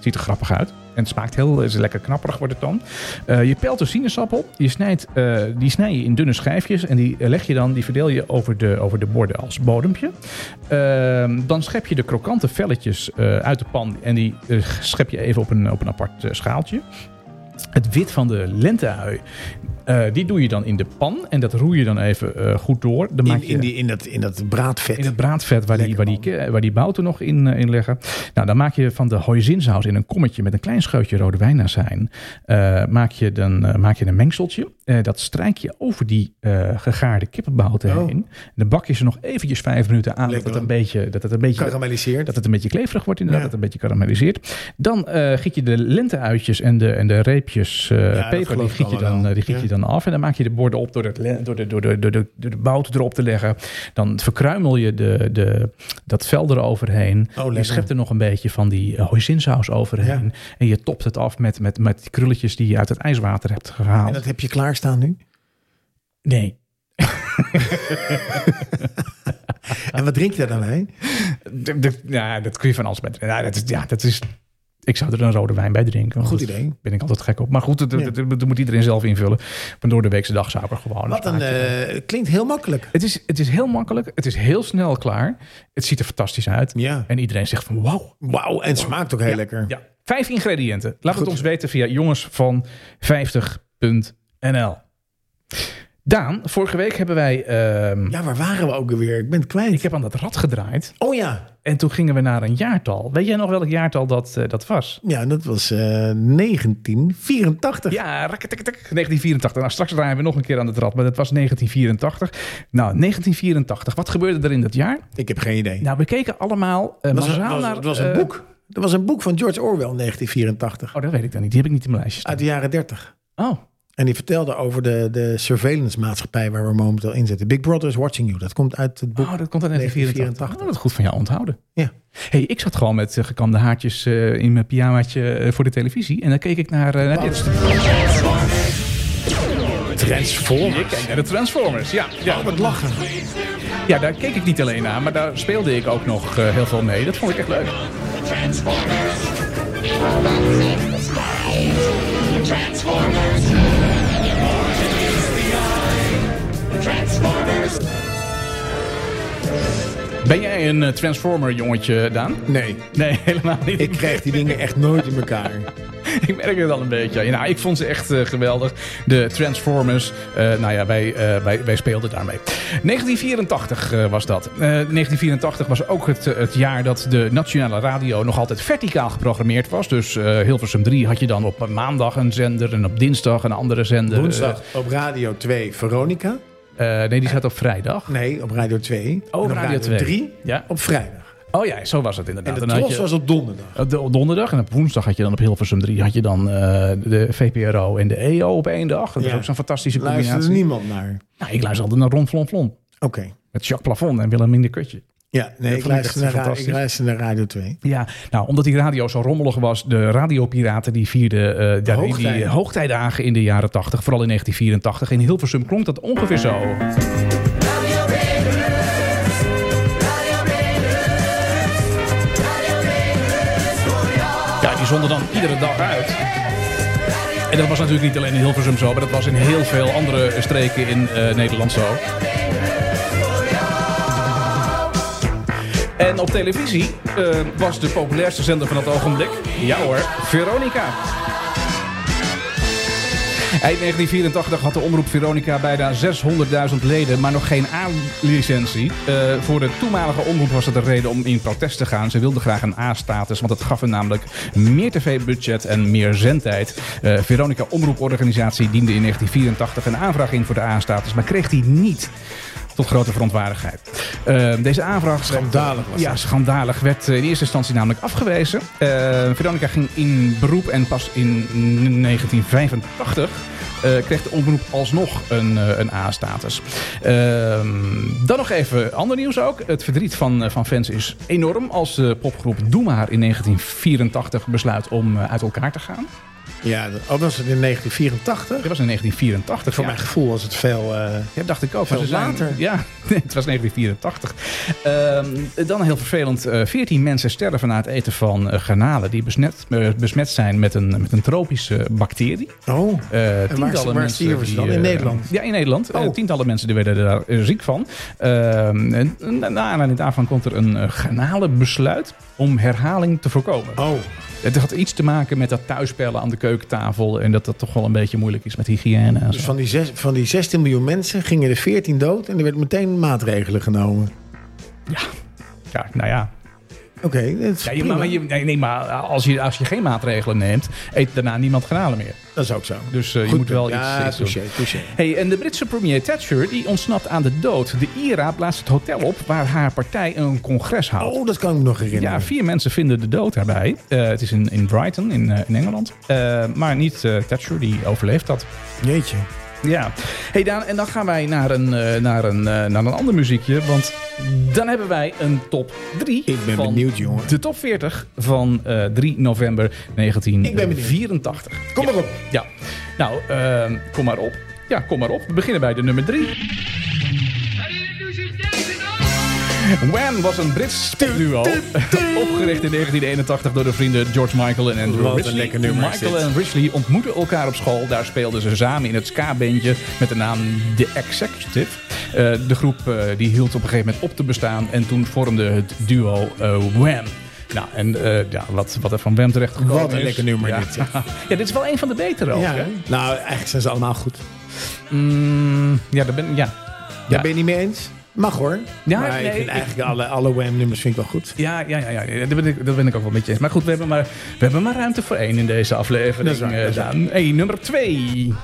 A: Ziet er grappig uit. En het smaakt heel, is lekker knapperig wordt het dan. Eh, je pelt een sinaasappel, je snijdt, eh, die snij je in dunne schijfjes en die eh, leg je dan, die verdeel je over de, over de borden als bodempje. Ehm, dan schep je de krokante velletjes eh, uit de pan en die eh, schep je even op een, op een apart eh, schaaltje. Het wit van de lenteui, eh, die doe je dan in de pan en dat roer je dan even eh, goed door. Dan maak
B: in,
A: je,
B: in, die, in, dat, in dat braadvet.
A: in het braadvet waar, die,
B: Lekker,
A: waar, die, eh, waar die bouten nog in, eh, in leggen. Nou, dan maak je van de hoisinsaus in een kommetje met een klein scheutje rode wijn naar zijn. eh, maak, je dan, eh, maak je een mengseltje. Eh, dat strijk je over die eh, gegaarde kippenbouten
B: Oh.
A: heen. Dan bak je ze nog eventjes vijf minuten aan. Dat
B: Lekker
A: het, een
B: dan.
A: beetje, dat het een beetje
B: Karamelliseerd.
A: dat het een beetje kleverig wordt inderdaad,
B: Ja.
A: dat het een beetje karamelliseert. Dan eh, giet je de lenteuitjes en de, en de reepjes eh,
B: dat
A: peper, die
B: geloof ik
A: giet, je
B: allemaal
A: dan,
B: wel.
A: eh, die giet
B: Ja.
A: je dan af. En dan maak je de borden op door, het, le- door, de, door, de, door, de, door de bout erop te leggen. Dan verkruimel je de, de, dat vel eroverheen.
B: Oh,
A: je
B: lekker.
A: schept er nog een beetje van die eh, hoisinsaus overheen. En je topt het af met, met, met die krulletjes die je uit het ijswater hebt gehaald.
B: En dat heb je klaarstaan nu.
A: Nee.
B: En wat drink je daar dan bij?
A: D- d- ja, dat kun je van alles bij drinken. Ja, dat is, ja, dat is, ik zou er een rode wijn bij drinken. want
B: Goed
A: dat-
B: idee.
A: ben ik altijd gek op. Maar goed, dat,
B: Ja.
A: dat, dat- dat moet iedereen zelf invullen. Maar door de weekse dag zou ik er gewoon
B: Wat een,
A: spaatje doen.
B: eh, klinkt heel makkelijk.
A: het, is, het is heel makkelijk. Het is heel snel klaar. Het ziet er fantastisch uit.
B: Ja.
A: En iedereen zegt van wauw.
B: Wauw, en smaakt ook heel lekker.
A: Ja. Vijf ingrediënten. Laat het
B: Goed.
A: ons weten via jongens van 50.nl. Daan, vorige week hebben wij... ehm,
B: Ja, waar waren we ook alweer? Ik ben
A: Ik
B: het kwijt.
A: heb aan dat rad gedraaid.
B: Oh ja,
A: En toen gingen we naar een jaartal. Weet jij nog welk jaartal dat, eh, dat was?
B: ja dat was eh 1984.
A: Ja, rakketikketik, 1984. Nou, straks draaien we nog een keer aan het rad, maar dat was 1984. Nou, 1984. Wat gebeurde er in dat jaar?
B: Ik heb geen idee.
A: Nou, we keken allemaal eh
B: dat was,
A: massaal
B: was-
A: naar...
B: het was een
A: eh,
B: boek. Dat was een boek van George Orwell, 1984.
A: Oh, dat weet ik dan niet. Die heb ik niet in mijn lijstje staan.
B: Uit de jaren 30.
A: Oh,
B: En die vertelde over de, de surveillance maatschappij waar we momenteel in zitten. Big Brother is watching you. Dat komt uit het boek.
A: oh, dat komt uit 1984.
B: 1984.
A: Oh, dat is goed van jou onthouden.
B: Ja.
A: hey, ik zat gewoon met eh, gekamde haartjes eh, in mijn pyjamaatje eh, voor de televisie. En dan keek ik naar, eh, naar dit. Ik
B: Ah, Transformers.
A: keek naar de Transformers. Ja, ja.
B: Wat lachen.
A: ja, daar keek ik niet alleen naar, maar daar speelde ik ook nog eh, heel veel mee. Dat vond ik echt leuk. Ben jij een eh, Transformer jongetje, Daan?
B: Nee,
A: Nee, (laughs) helemaal niet.
B: ik krijg die dingen echt nooit in elkaar.
A: (laughs) Ik merk het al een beetje. Ja, nou, ik vond ze echt eh, geweldig. De Transformers. eh, nou ja, wij, eh, wij, wij speelden daarmee. 1984 eh, was dat. Eh, 1984 was ook het, eh, het jaar dat de nationale radio nog altijd verticaal geprogrammeerd was. Dus eh Hilversum 3 had je dan op maandag een zender en op dinsdag een andere zender.
B: Woensdag op Radio 2 Veronica.
A: Eh, eh, nee, die zat op vrijdag.
B: Nee, op Radio 2.
A: Oh,
B: En op
A: Radio 2.
B: 3
A: Ja.
B: op vrijdag.
A: Oh ja, zo was het inderdaad.
B: En de
A: Dan had
B: Tros
A: je-
B: was op donderdag.
A: Op Eh, de- op donderdag en op woensdag had je dan op Hilversum 3 had je dan eh, de VPRO en de EO op één dag. Dat is
B: Ja.
A: ook zo'n fantastische combinatie.
B: Luisterde niemand naar.
A: Nou, ik luister altijd naar Ron Flon Flon.
B: Oké.
A: Met Jacques Plafond en Willem in de Kutje.
B: Ja, nee,
A: Dat vond ik
B: ik
A: echt
B: luister, naar, ra- ik
A: fantastisch.
B: luister naar Radio 2.
A: Ja, nou, omdat die radio zo rommelig was, de radiopiraten die vierden eh ja, die, die
B: Hoogtijden.
A: hoogtijdagen in de jaren 80, vooral in 1984. In Hilversum klonk dat ongeveer zo. Ja, die zonden dan iedere dag uit. En dat was natuurlijk niet alleen in Hilversum zo, maar dat was in heel veel andere streken in eh, Nederland zo. En op televisie eh, was de populairste zender van dat ogenblik, ja hoor, Veronica. Eind 1984 had de omroep Veronica bijna 600.000 leden, maar nog geen A-licentie. Eh, voor de toenmalige omroep was dat een reden om in protest te gaan. Ze wilden graag een A-status, want dat gaf hen namelijk meer tv-budget en meer zendtijd. Eh, Veronica Omroeporganisatie diende in 1984 een aanvraag in voor de A-status, maar kreeg die niet. Tot grote verontwaardigheid. Eh, deze aanvraag
B: Schandalig was
A: ja,
B: dat.
A: schandalig. Werd eh, in eerste instantie namelijk afgewezen. Eh, Veronica ging in beroep en pas in 1985 eh, kreeg de omroep alsnog een, eh, een A-status. Ehm, dan nog even ander nieuws ook. Het verdriet van, eh, van fans is enorm als de popgroep Doe Maar in 1984 besluit om eh, uit elkaar te gaan.
B: Ja, dat oh, was het in 1984.
A: Dat was in 1984.
B: Voor
A: ja.
B: mijn gevoel was het veel... eh,
A: Ja, dacht ik ook.
B: Veel
A: Maar ze zijn-
B: later.
A: ja, (laughs) het was 1984. Ehm, dan heel vervelend. eh, 14 mensen sterven na het eten van eh, garnalen die besmet, eh, besmet zijn met een, met een tropische bacterie.
B: oh,
A: Eh,
B: waar stierven ze
A: die,
B: dan? In
A: eh,
B: Nederland?
A: Ja, in Nederland. Eh,
B: Oh.
A: tientallen mensen die werden daar eh, ziek van. Ehm en na naar aanleiding daarvan komt er een eh, garnalenbesluit om herhaling te voorkomen.
B: oh.
A: Het had iets te maken met dat thuispellen aan de keukentafel en dat dat toch wel een beetje moeilijk is met hygiëne. En zo.
B: Dus van die, zes, van die 16 miljoen mensen gingen er 14 dood en er werd meteen maatregelen genomen.
A: Ja, nou ja,
B: Oké, dat is
A: Ja, je-
B: prima.
A: maar, maar je- nee, nee, maar als je, als je geen maatregelen neemt, eet daarna niemand granalen meer.
B: Dat is ook zo.
A: Dus eh, je
B: Goed
A: moet wel
B: punt. ja,
A: iets, iets doen.
B: touché, touché.
A: Hey, en de Britse premier Thatcher die ontsnapt aan de dood. De IRA plaatst het hotel op waar haar partij een congres houdt.
B: Oh, dat kan ik me nog herinneren.
A: Ja, vier mensen vinden de dood daarbij. Eh, het is in, in Brighton, in, eh, in Engeland. Eh, maar niet eh, Thatcher, die overleeft dat.
B: Jeetje.
A: Ja. Hey Daan, en dan gaan wij naar een, eh, naar een, eh, naar een ander muziekje. Want dan hebben wij een top 3.
B: Ik ben
A: van
B: benieuwd, jongen.
A: De top 40 van eh, 3 november 1984.
B: Kom maar op.
A: Ja. Nou, ehm, kom maar op. Ja, kom maar op. We beginnen bij de nummer 3. Wham was een Brits duo. Opgericht in 1981 door de vrienden George Michael en Andrew
B: Wat een
A: Ridgely.
B: lekker nummer is
A: Michael
B: dit.
A: en Ridgely ontmoetten elkaar op school. Daar speelden ze samen in het ska-bandje met de naam The Executive. Eh, de groep eh, die hield op een gegeven moment op te bestaan. En toen vormde het duo eh, Wham. Nou, en eh, ja, wat, wat er van Wham terecht gekomen is.
B: Wat een lekker nummer
A: ja.
B: dit, zeg.
A: Ja, dit is wel een van de betere ook.
B: Ja,
A: hè?
B: nou, eigenlijk zijn ze allemaal goed.
A: Mm, ja, daar ben, ja.
B: Daar ben je niet mee eens? Mag hoor.
A: Ja,
B: maar
A: nee,
B: ik vind
A: ik-
B: eigenlijk alle, alle Wham-nummers vind ik wel goed.
A: Ja, ja, ja, ja, ja, dat ben ik, dat ben ik ook wel met je eens. Maar goed, we hebben maar, we hebben maar ruimte voor één in deze aflevering.
B: Dat is waar,
A: eh,
B: dat is
A: Daan. Hey, nummer twee.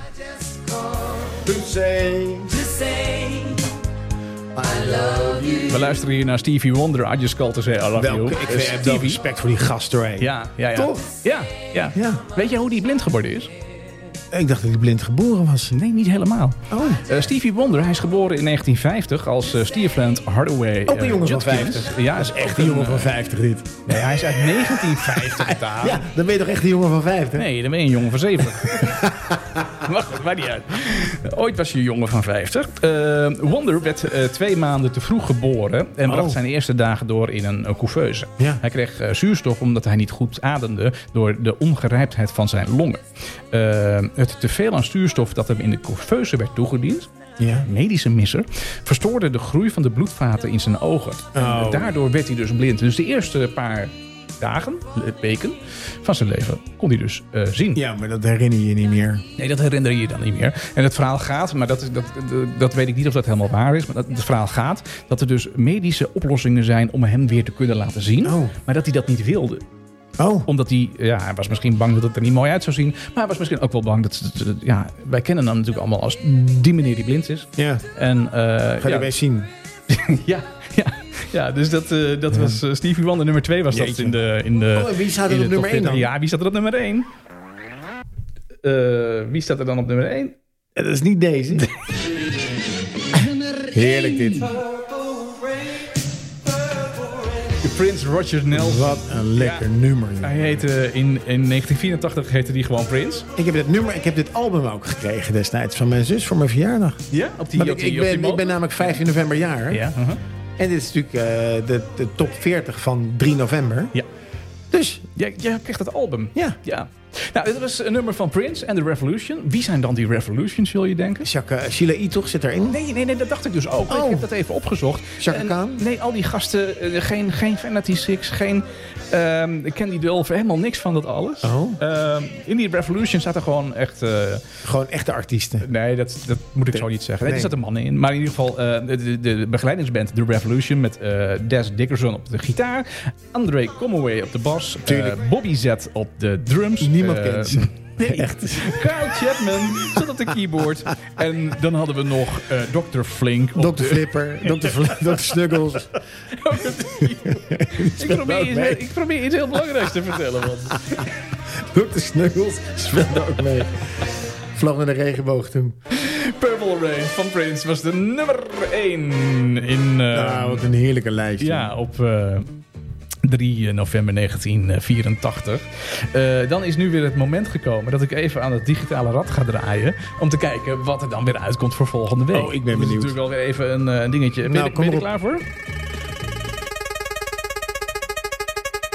A: We luisteren hier naar Stevie Wonder. I just called to say I love
B: Wel,
A: you.
B: ik vind-
A: Eh,
B: heb wel respect voor die gast doorheen.
A: Ja, ja, ja.
B: Toch?
A: Ja, ja,
B: Ja.
A: Weet je hoe die blind geworden is?
B: Ik dacht dat hij blind geboren was.
A: Nee, niet helemaal.
B: Oh.
A: Eh, Stevie Wonder, hij is geboren in 1950 als eh, Stierfland Hardaway.
B: Ook een
A: eh,
B: jongen van
A: Judkins.
B: 50.
A: Ja, is echt
B: Echt een jongen
A: eh,
B: van 50 dit.
A: Nee, hij is uit
B: (laughs)
A: 1950 Daan.
B: Ja, dan ben je toch echt een jongen van 50?
A: Ah. Nee, dan ben je een jongen van (laughs) 70. Wacht, goed, maakt niet uit. Ooit was je een jongen van 50. Eh, Wonder werd eh, twee maanden te vroeg geboren en bracht
B: Oh.
A: zijn eerste dagen door in een, eh, couveuse.
B: Ja.
A: Hij kreeg eh, zuurstof omdat hij niet goed ademde door de ongerijptheid van zijn longen. Eh, het teveel aan zuurstof dat hem in de couveuse werd toegediend,
B: Ja.
A: medische misser, verstoorde de groei van de bloedvaten in zijn ogen. En
B: Oh.
A: Daardoor werd hij dus blind. Dus de eerste paar dagen, le- weken van zijn leven kon hij dus eh, zien.
B: ja, maar dat herinner je je niet meer.
A: Nee, dat herinner je je dan niet meer. En het verhaal gaat, maar dat, is- dat, dat weet ik niet of dat helemaal waar is, maar dat, het verhaal gaat dat er dus medische oplossingen zijn om hem weer te kunnen laten zien,
B: Oh.
A: maar dat hij dat niet wilde
B: Oh,
A: omdat hij, ja, hij was misschien bang dat het er niet mooi uit zou zien. Maar hij was misschien ook wel bang dat, dat- dat- ja, wij kennen hem natuurlijk allemaal als die meneer die blind is.
B: ja.
A: En, eh,
B: Ga je
A: ja,
B: bij zien.
A: ja, ja, ja, dus dat, eh, dat was eh, Stevie Wonder nummer 2 was dat
B: Jeetje.
A: in de in de
B: Oh, en wie staat
A: in
B: er op
A: de top
B: nummer
A: 40.
B: één dan?
A: Ja, wie staat er op nummer 1? wie staat er dan op nummer 1?
B: Ja, Dat is niet deze. Heerlijk dit.
A: Prins Roger Nelson.
B: Wat een lekker nummer. joh.
A: Hij heette in, in 1984 heette die gewoon Prins.
B: Ik heb dit nummer, ik heb dit album ook gekregen destijds van mijn zus voor mijn verjaardag.
A: Ja, op die,
B: Maar
A: op
B: ik,
A: die,
B: ik,
A: op die
B: ben, ik ben
A: motor.
B: namelijk 15 november jaar. hè?
A: Ja, uh-huh.
B: En dit is natuurlijk eh, de, de top 40 van 3 november.
A: Ja.
B: Dus
A: jij, jij kreeg dat album.
B: ja,
A: Ja. Nou, dit was een nummer van Prince en The Revolution. Wie zijn dan die Revolution, zul je denken?
B: Shaka, Sheila E. toch zit erin.
A: Nee, nee, nee, dat dacht ik dus ook.
B: Oh.
A: Ik heb dat even opgezocht.
B: Chaka
A: En-
B: Khan?
A: Nee, al die gasten, eh, geen, geen Vanity Six, geen ehm Candy Dulfer, helemaal niks van dat alles.
B: Oh.
A: Ehm, in die Revolution zaten gewoon echt... eh,
B: Gewoon echte artiesten.
A: nee, dat, dat moet ik zo niet zeggen. Nee,
B: Nee.
A: er zaten mannen in. Maar in ieder geval eh, de, de, de begeleidingsband The Revolution met eh Des Dickerson op de gitaar. André Comaway op de bas.
B: Tuurlijk.
A: eh, Bobby Z op de drums.
B: Niemand
A: eh,
B: kent ze.
A: Nee,
B: (laughs) Echt.
A: Kyle Chapman zat op de keyboard. En dan hadden we nog eh Dr. Flink op
B: Dr. Flipper, Dr. (laughs) Fli- Dr. Snuggles.
A: ik, probeer iets,
B: mee.
A: ik probeer iets heel belangrijks te vertellen. Want
B: Dr. Snuggles speelde ook mee. Vlag met een regenboog toen.
A: Purple Rain van Prince was de nummer 1 in. eh,
B: Nou, wat een heerlijke lijstje.
A: ja, op. eh, 3 november 1984. Eh, dan is nu weer het moment gekomen dat ik even aan het digitale rad ga draaien. Om te kijken wat er dan weer uitkomt voor volgende week.
B: Oh, ik
A: Dat
B: ben
A: is
B: benieuwd.
A: natuurlijk alweer even een eh, dingetje. Ben,
B: Nou,
A: je-
B: kom
A: ben je er klaar
B: op.
A: voor?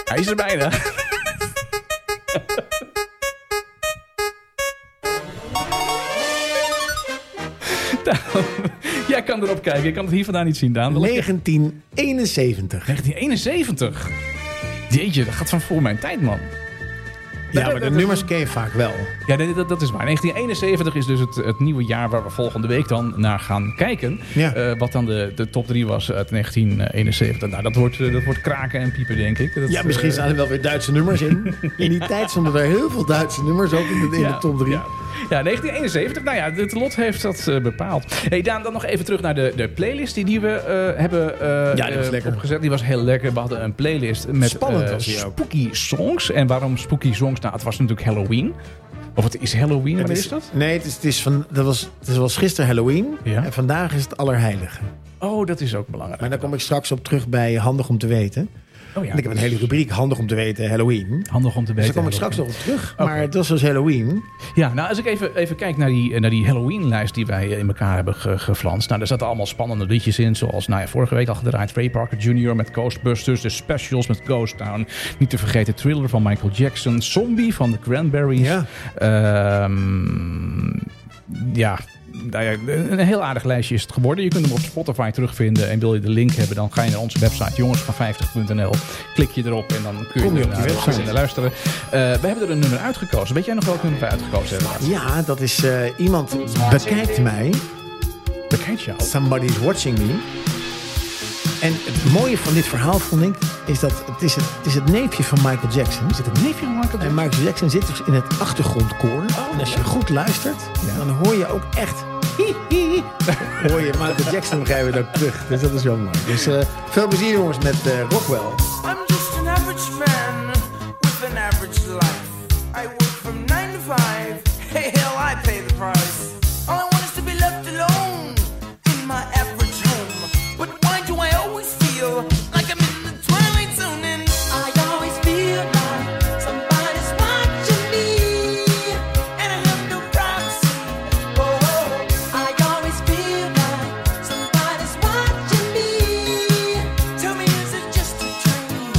A: Hij is er (laughs) bijna. Daan, Jij kan erop kijken. Ik kan het hier vandaan niet zien, Daan. Welke-
B: 1971.
A: 1971. Jeetje, dat gaat van voor mijn tijd, man.
B: Ja, maar de nummers ken je vaak wel.
A: Ja, nee, dat, dat is waar. 1971 is dus het, het nieuwe jaar waar we volgende week dan naar gaan kijken.
B: Ja.
A: Eh, wat dan de, de top 3 was uit 1971. Nou, dat wordt, eh, dat wordt kraken en piepen, denk ik. Dat,
B: Ja, misschien
A: eh,
B: staan er wel weer Duitse nummers in. (laughs) In die tijd stonden er heel veel Duitse nummers, ook in de, in de top 3.
A: Ja. Ja, 1971. Nou ja, het lot heeft dat eh, bepaald. hey Daan, dan nog even terug naar de, de playlist die, die we eh, hebben eh,
B: die was
A: eh,
B: lekker.
A: opgezet. Die was heel lekker. We hadden een playlist met
B: Spannend
A: eh,
B: was die ook.
A: spooky songs. En waarom spooky songs? Nou, het was natuurlijk Halloween. Of het is Halloween, wat
B: Het
A: is dat?
B: Nee, het, is, het, is van, dat was, het was gisteren Halloween
A: Ja.
B: en vandaag is het Allerheilige.
A: Oh, dat is ook belangrijk.
B: Maar daar kom ik straks op terug bij Handig om te weten.
A: Oh ja,
B: En ik heb een hele rubriek Handig om te weten Halloween.
A: Handig om te
B: Dus
A: weten.
B: daar kom ik straks nog op terug. Maar het was dus Halloween.
A: Ja, nou als ik even, even kijk naar die, eh, naar die Halloween-lijst die wij eh, in elkaar hebben ge- geflanst. Nou, daar zaten allemaal spannende liedjes in. Zoals nou ja, vorige week al gedraaid Ray Parker Jr. met Ghostbusters. De specials met Ghost Town. Niet te vergeten Thriller van Michael Jackson. Zombie van de Cranberries.
B: Ja.
A: Ehm, ja. Nou ja, een heel aardig lijstje is het geworden. Je kunt hem op Spotify terugvinden. En wil je de link hebben, dan ga je naar onze website jongensvan50.nl. Klik je erop en dan kun je,
B: Kom je op die
A: naar-
B: website.
A: naar luisteren. Eh, we hebben er een nummer uitgekozen. Weet jij nog welk nummer we uitgekozen hebben?
B: Ja, dat is eh, iemand bekijkt mij.
A: Bekijk jou.
B: Somebody's watching me. En het mooie van dit verhaal vond ik, is dat het is het, het, is het neefje van Michael Jackson.
A: Is het een neefje van Michael
B: En
A: Jackson?
B: Michael Oh, Jackson zit dus in het achtergrondkoor. en als je goed luistert,
A: Ja.
B: dan hoor je ook echt... hi, hi, hi. (laughs) hoor je Michael Jackson begrijp je ook terug. Dus dat is wel mooi. Dus eh, veel plezier jongens met eh, Rockwell.
C: I'm just an average man with an average life. I work from nine to five. Hey, hell, I pay the price. All I want is to be left alone in my average home. But why do I always feel like I'm in the twilight zone? And I always feel like somebody's watching me, and I have no privacy. Oh, I always feel like somebody's watching me. Tell me, is it just a dream?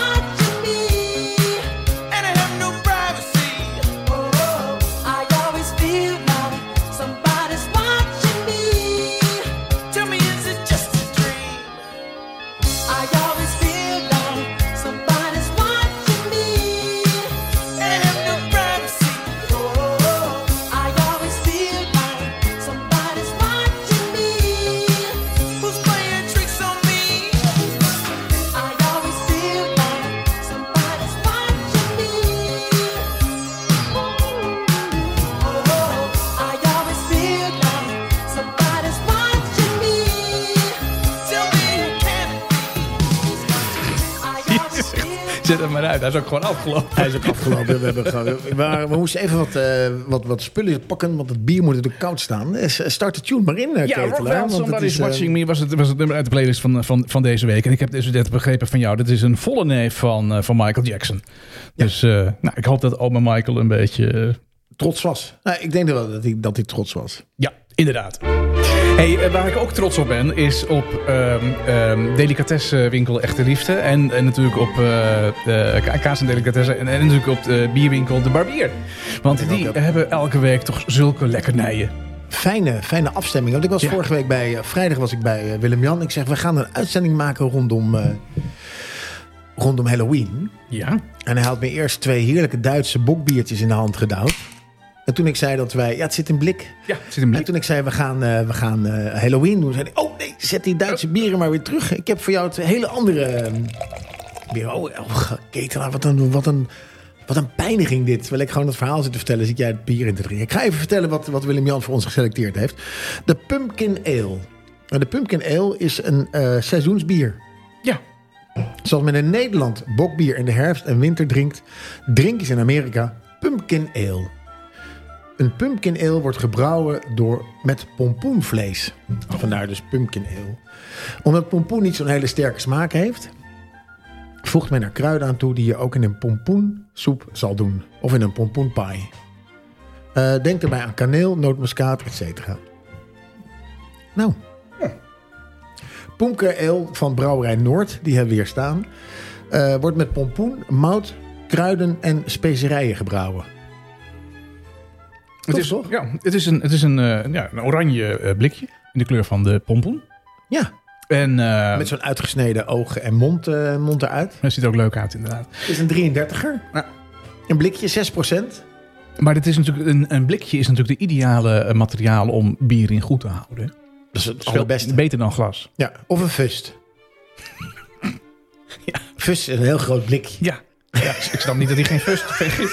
D: Oh, feel now? Somebody's watching me.
C: Tell me, is it just a dream?
D: I always feel now. Somebody's watching me.
C: I have no privacy. Oh,
D: I always feel now. Somebody's watching me.
C: who's playing tricks on me?
D: I always feel now. Somebody's watching me. I always feel now. Somebody's watching me.
C: Tell me it can't be.
D: I always
A: (laughs)
D: feel.
A: Zet hem maar uit, hij is ook gewoon afgelopen.
B: Hij is
A: (laughs)
B: ook afgelopen. We, hebben gewoon- maar we moesten even wat, eh, wat, wat spullen pakken, want het bier moet natuurlijk koud staan. Eh, Start de tune maar in, eh,
A: Ja,
B: Ketelaar, want
A: Rockwell,
B: het
A: Somebody's
B: is, eh,
A: Watching Me was het, was het nummer uit de playlist van, van, van deze week. En ik heb deze net begrepen van jou. Dat is een volle neef van, eh, van Michael Jackson. Dus eh, nou, ik hoop dat oma Michael een beetje... eh,
B: trots was. Nou, ik denk wel dat hij, dat hij trots was.
A: ja, inderdaad. Hey, eh, waar ik ook trots op ben, is op ehm ehm, delicatessenwinkel Echte Liefde. En, en natuurlijk op eh, eh, ka- kaas en delicatessen. En, en natuurlijk op de bierwinkel De Barbier. Want die
B: ook, ja.
A: hebben elke week toch zulke lekkernijen.
B: Fijne, fijne afstemming. Want ik was
A: Ja.
B: vorige week bij, eh, vrijdag was ik bij eh, Willem-Jan. Ik zeg, we gaan een uitzending maken rondom, eh, rondom Halloween.
A: Ja.
B: En hij had me eerst twee heerlijke Duitse bokbiertjes in de hand gedouwd. En toen ik zei dat wij... Ja, het zit in blik.
A: Ja, het zit hem
B: En toen ik zei, we gaan, eh, we gaan eh, Halloween doen, zei hij... Oh nee, zet die Duitse bieren maar weer terug. Ik heb voor jou het hele andere eh, bier. Oh, oh Ketelaar, wat een, wat, een, wat een pijniging dit. Terwijl ik gewoon het verhaal zit te vertellen, zit jij het bier in te drinken. Ik ga even vertellen wat, wat Willem-Jan voor ons geselecteerd heeft. De Pumpkin Ale. En De Pumpkin Ale is een eh, seizoensbier.
A: Ja.
B: Zoals men in Nederland bokbier in de herfst en winter drinkt, drinken ze in Amerika pumpkin ale. Een pumpkin ale wordt gebrouwen door, met pompoenvlees. Vandaar dus pumpkin ale. Omdat pompoen niet zo'n hele sterke smaak heeft, voegt men er kruiden aan toe die je ook in een pompoensoep zal doen. Of in een pompoenpie. Eh, denk daarbij aan kaneel, nootmuskaat, etc. Nou, Pomker Ale van Brouwerij Noord, die hebben we hier staan. eh, wordt met pompoen, mout, kruiden en specerijen gebrouwen.
A: Het
B: Tof,
A: is,
B: toch?
A: Ja, het is een, het is een, eh, ja, een oranje eh, blikje in de kleur van de pompoen.
B: Ja,
A: En eh
B: met zo'n uitgesneden ogen en mond, eh, mond eruit.
A: het ziet er ook leuk uit, inderdaad.
B: Het is een 33er.
A: Ja.
B: Een blikje, 6%.
A: Maar dit is natuurlijk een, een blikje is natuurlijk de ideale eh, materiaal om bier in goed te houden. Het
B: Dat is het
A: is veel
B: allerbeste.
A: beter dan glas.
B: Ja, of een (laughs) fust.
A: Ja.
B: Fust is een heel groot blikje.
A: Ja. ja dus ik snap niet dat hij geen fust,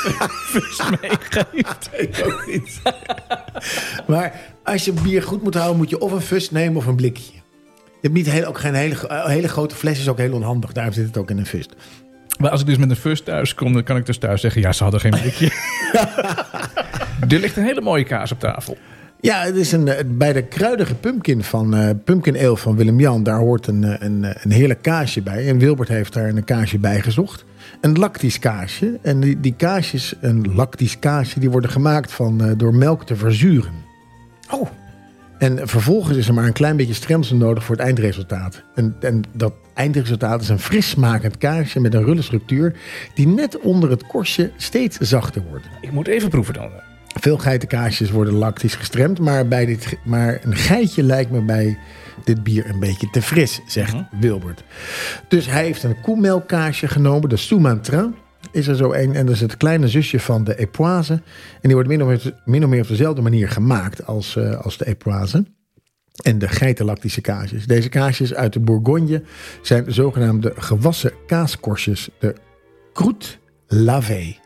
B: (laughs)
A: fust meegeeft.
B: Ik ook niet. maar als je bier goed moet houden, moet je of een fust nemen of een blikje. Je hebt niet heel, ook geen hele, gro- eh, hele grote fles, is ook heel onhandig. Daar zit het ook in een fust.
A: Maar als ik dus met een fust thuis kom, dan kan ik dus thuis zeggen... ja, ze hadden geen
B: (laughs)
A: blikje. er ligt een hele mooie kaas op tafel.
B: Ja, het is een, eh, bij de kruidige pumpkin van eh, Pumpkin Ale van Willem-Jan. Daar hoort een, eh, een, eh, een heerlijk kaasje bij. En Wilbert heeft daar een kaasje bij gezocht. Een lactisch kaasje. En die, die kaasjes, een lactisch kaasje, die worden gemaakt van, eh, door melk te verzuren. Oh. En vervolgens is er maar een klein beetje stremsel nodig voor het eindresultaat. En, en dat eindresultaat is een fris smakend kaasje met een rulle structuur... die net onder het korstje steeds zachter wordt.
A: Ik moet even proeven dan.
B: Veel geitenkaasjes worden lactisch gestremd, maar, bij dit, ge- maar een geitje lijkt me bij dit bier een beetje te fris, zegt Wilbert. Dus hij heeft een koemelkkaasje genomen, de Soumantrain is er zo een. En dat is het kleine zusje van de Epoise. En die wordt min of meer, min of meer op dezelfde manier gemaakt als, eh, als de Epoise. En de geitenlactische kaasjes. Deze kaasjes uit de Bourgogne zijn zogenaamde gewassen kaaskorstjes, de croûte lavée.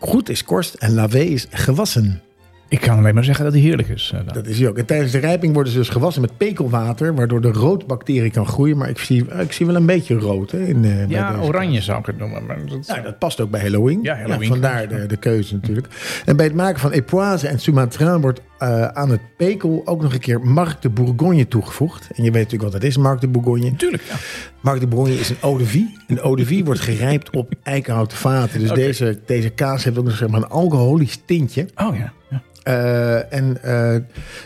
B: Croûte is korst en lavée is gewassen.
A: Ik kan alleen maar zeggen dat hij heerlijk is. eh, dan.
B: Dat is hij ook. En tijdens de rijping worden ze dus gewassen met pekelwater, waardoor de roodbacterie kan groeien. Maar ik zie, ik zie wel een beetje rood. Hè, in, eh, bij
A: ja,
B: deze
A: oranje zou ik het noemen. Maar dat...
B: nou, dat past ook bij Halloween.
A: Ja, Halloween
B: vandaar de, de keuze natuurlijk. En bij het maken van Epoise en Sumatrin wordt eh, aan het pekel ook nog een keer Marc de Bourgogne toegevoegd. En je weet natuurlijk wat dat is, Marc de Bourgogne.
A: Tuurlijk, ja.
B: Marc de Bourgogne is een eau de vie. Een eau de vie wordt gerijpt op eikenhouten vaten. Dus deze, deze kaas heeft ook nog zeg maar, een alcoholisch tintje.
A: Oh ja. ja.
B: Eh, en eh,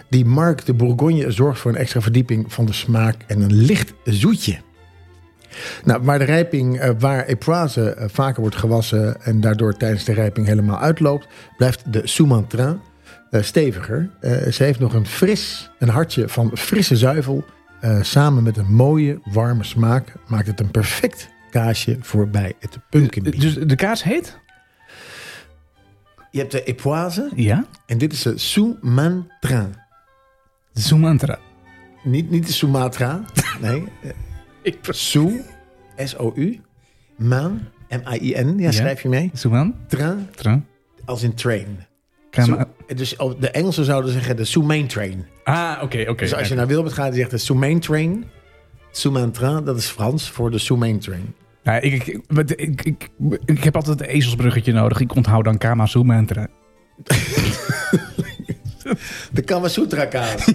B: die Marc de Bourgogne zorgt voor een extra verdieping van de smaak en een licht zoetje. Nou, waar de rijping, eh, waar Epoise eh, vaker wordt gewassen en daardoor tijdens de rijping helemaal uitloopt, blijft de Soumantrain eh, steviger. Eh, ze heeft nog een fris, een hartje van frisse zuivel. Eh, samen met een mooie, warme smaak maakt het een perfect kaasje voor bij het pumpkin pie.
A: Dus de kaas heet?
B: Je hebt de époise
A: Ja.
B: en dit is de Sumatra.
A: Sumatra.
B: Niet, niet de Sumatra, nee. eh,
A: Ik
B: Sou, S-O-U, man, M-I-I-N, ja, schrijf je mee.
A: Sumantra.
B: Tra, als in train.
A: Kama-
B: Zo- dus op de Engelsen zouden zeggen de Soumain train.
A: Ah, oké, oké.
B: Dus als je naar Wilbert gaat, die zegt de Soumain train. Soumantra, dat is Frans voor de Soumain train.
A: Nou, ik, ik, ik, ik, ik, ik heb altijd een ezelsbruggetje nodig. Ik onthoud dan Kama Sumantra.
B: De Kamasutra
A: (laughs)
B: kaas.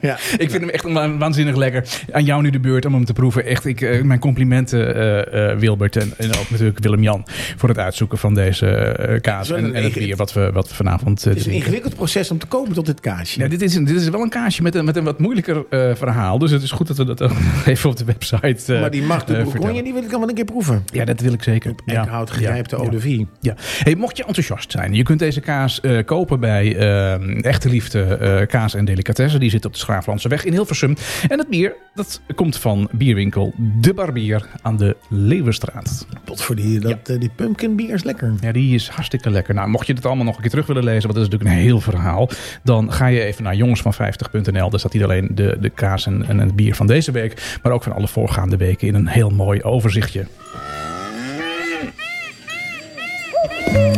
B: ja.
A: Ik vind hem echt wa- waanzinnig lekker. Aan jou nu de beurt om hem te proeven. Echt, ik, eh, mijn complimenten, eh, eh, Wilbert en, en ook natuurlijk Willem-Jan... voor het uitzoeken van deze eh, kaas
B: Zo,
A: en,
B: een
A: en het
B: inge-
A: bier wat we, wat we vanavond eh,
B: Het is een
A: drinken.
B: ingewikkeld proces om te komen tot dit kaasje.
A: Ja, dit, is een, dit is wel een kaasje met een, met een wat moeilijker eh, verhaal. Dus het is goed dat we dat ook (laughs) even op de website eh,
B: maar die macht de
A: eh,
B: Bourgogne,
A: vertellen.
B: die wil ik dan wel een keer proeven.
A: Ja, dat wil ik zeker. Ja.
B: Eikenhout grijpt de
A: Ja.
B: eau de vie.
A: Ja. Hey, mocht je enthousiast zijn, je kunt deze kaas eh, kopen bij eh, Echte Liefde eh, Kaas en Delicatessen. Die zit op de Schraaflandse weg in Hilversum. En het bier, dat komt van bierwinkel De Barbier aan de Leeuwenstraat.
B: Pot voor die, dat, eh, die pumpkin beer is lekker.
A: Ja, die is hartstikke lekker. Nou, mocht je dit allemaal nog een keer terug willen lezen, want dat is natuurlijk een heel verhaal, dan ga je even naar jongensvan50.nl. Daar staat niet alleen de, de kaas en, en het bier van deze week, maar ook van alle voorgaande weken in een heel mooi overzichtje.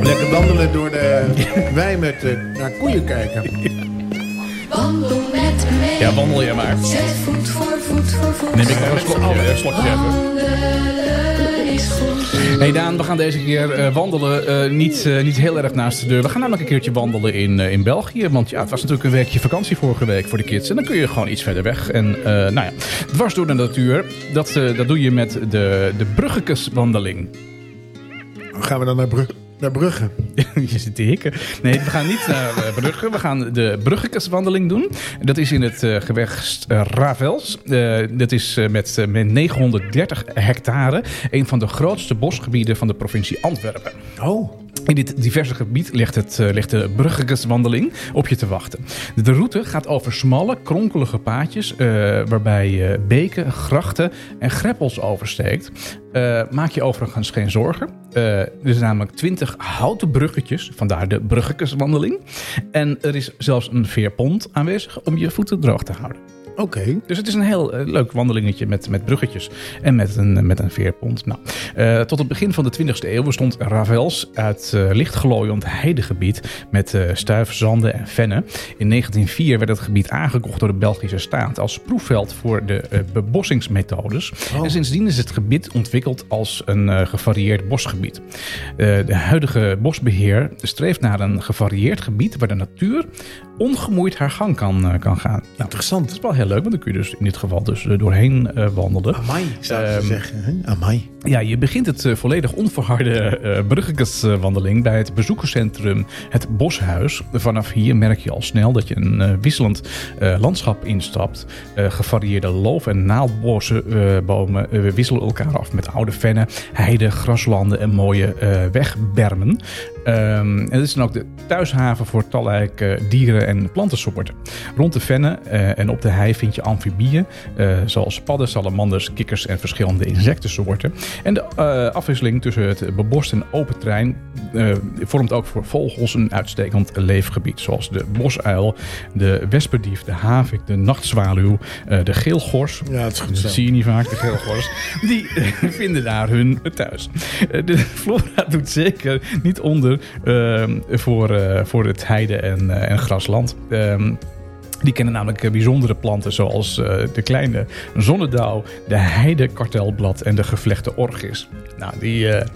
B: Lekker wandelen door de wij met eh, naar koeien kijken.
E: Wandel met me.
A: Ja, wandel je maar.
E: Zet voet voor voet voor voet.
A: Neem ik nog een slokje, een slokje even.
E: Wandelen is goed.
A: Hey Daan, we gaan deze keer eh, wandelen. eh, niet, eh, niet heel erg naast de deur. We gaan namelijk een keertje wandelen in, eh, in België. Want ja, het was natuurlijk een weekje vakantie vorige week voor de kids. En dan kun je gewoon iets verder weg. En eh, nou ja, dwars door de natuur. Dat, eh, dat doe je met de, de Bruggekeswandeling.
B: Gaan we dan naar, Brug naar Brugge?
A: (laughs) Je zit te hikken. Nee, we gaan niet naar eh, Brugge. We gaan de Bruggekeswandeling doen. Dat is in het eh gewest eh, Ravels. Eh, dat is eh, met, eh, met 930 hectare. Een van de grootste bosgebieden van de provincie Antwerpen.
B: Oh,
A: In dit diverse gebied ligt, het, eh, ligt de Bruggekeswandeling op je te wachten. De route gaat over smalle, kronkelige paadjes... eh, waarbij je beken, grachten en greppels oversteekt. Eh, maak je overigens geen zorgen. Eh, er zijn namelijk 20 houten bruggetjes, vandaar de Bruggekeswandeling. En er is zelfs een veerpont aanwezig om je voeten droog te houden.
B: oké.
A: Dus het is een heel eh, leuk wandelingetje met, met bruggetjes en met een, met een veerpont. Nou, eh, tot het begin van de 20e eeuw bestond Ravels uit eh lichtglooiend heidegebied met eh stuifzanden en vennen. In 1904 werd het gebied aangekocht door de Belgische staat als proefveld voor de eh, bebossingsmethodes. En sindsdien is het gebied ontwikkeld als een eh, gevarieerd bosgebied. Eh, de huidige bosbeheer streeft naar een gevarieerd gebied waar de natuur ongemoeid haar gang kan, eh, kan gaan. Nou,
B: Interessant.
A: dat is wel heel leuk, want dan kun je dus in dit geval dus eh, doorheen eh, wandelen.
B: Amai, zou ze
A: Ehm,
B: zeggen. hè? Amai.
A: Ja, je begint het eh, volledig onverharde eh Bruggekeswandeling bij het bezoekerscentrum Het Boshuis. Vanaf hier merk je al snel dat je een eh, wisselend eh, landschap instapt. Eh, gevarieerde loof- en naaldbossen, eh, bomen eh, wisselen elkaar af met oude vennen, heide, graslanden en mooie eh, wegbermen. Ehm, en het is dan ook de thuishaven voor talrijke dieren en plantensoorten. Rond de vennen eh, en op de hei vind je amfibieën, eh, zoals padden, salamanders, kikkers en verschillende insectensoorten. En de eh, afwisseling tussen het bebost en open terrein eh, vormt ook voor vogels een uitstekend leefgebied, zoals de bosuil, de wespendief, de havik, de nachtzwaluw, eh, de geelgors,
B: Ja, het is goed
A: dat
B: zo.
A: zie je niet vaak, de geelgors. Die eh, (laughs) vinden daar hun thuis. Eh, De (laughs) flora doet zeker niet onder ehm, voor, eh, voor het heide- en, eh, en grasland. Ehm, die kennen namelijk eh, bijzondere planten zoals eh, de kleine zonnedauw, de heidekartelblad en de gevlechte orchis. Nou, die... eh,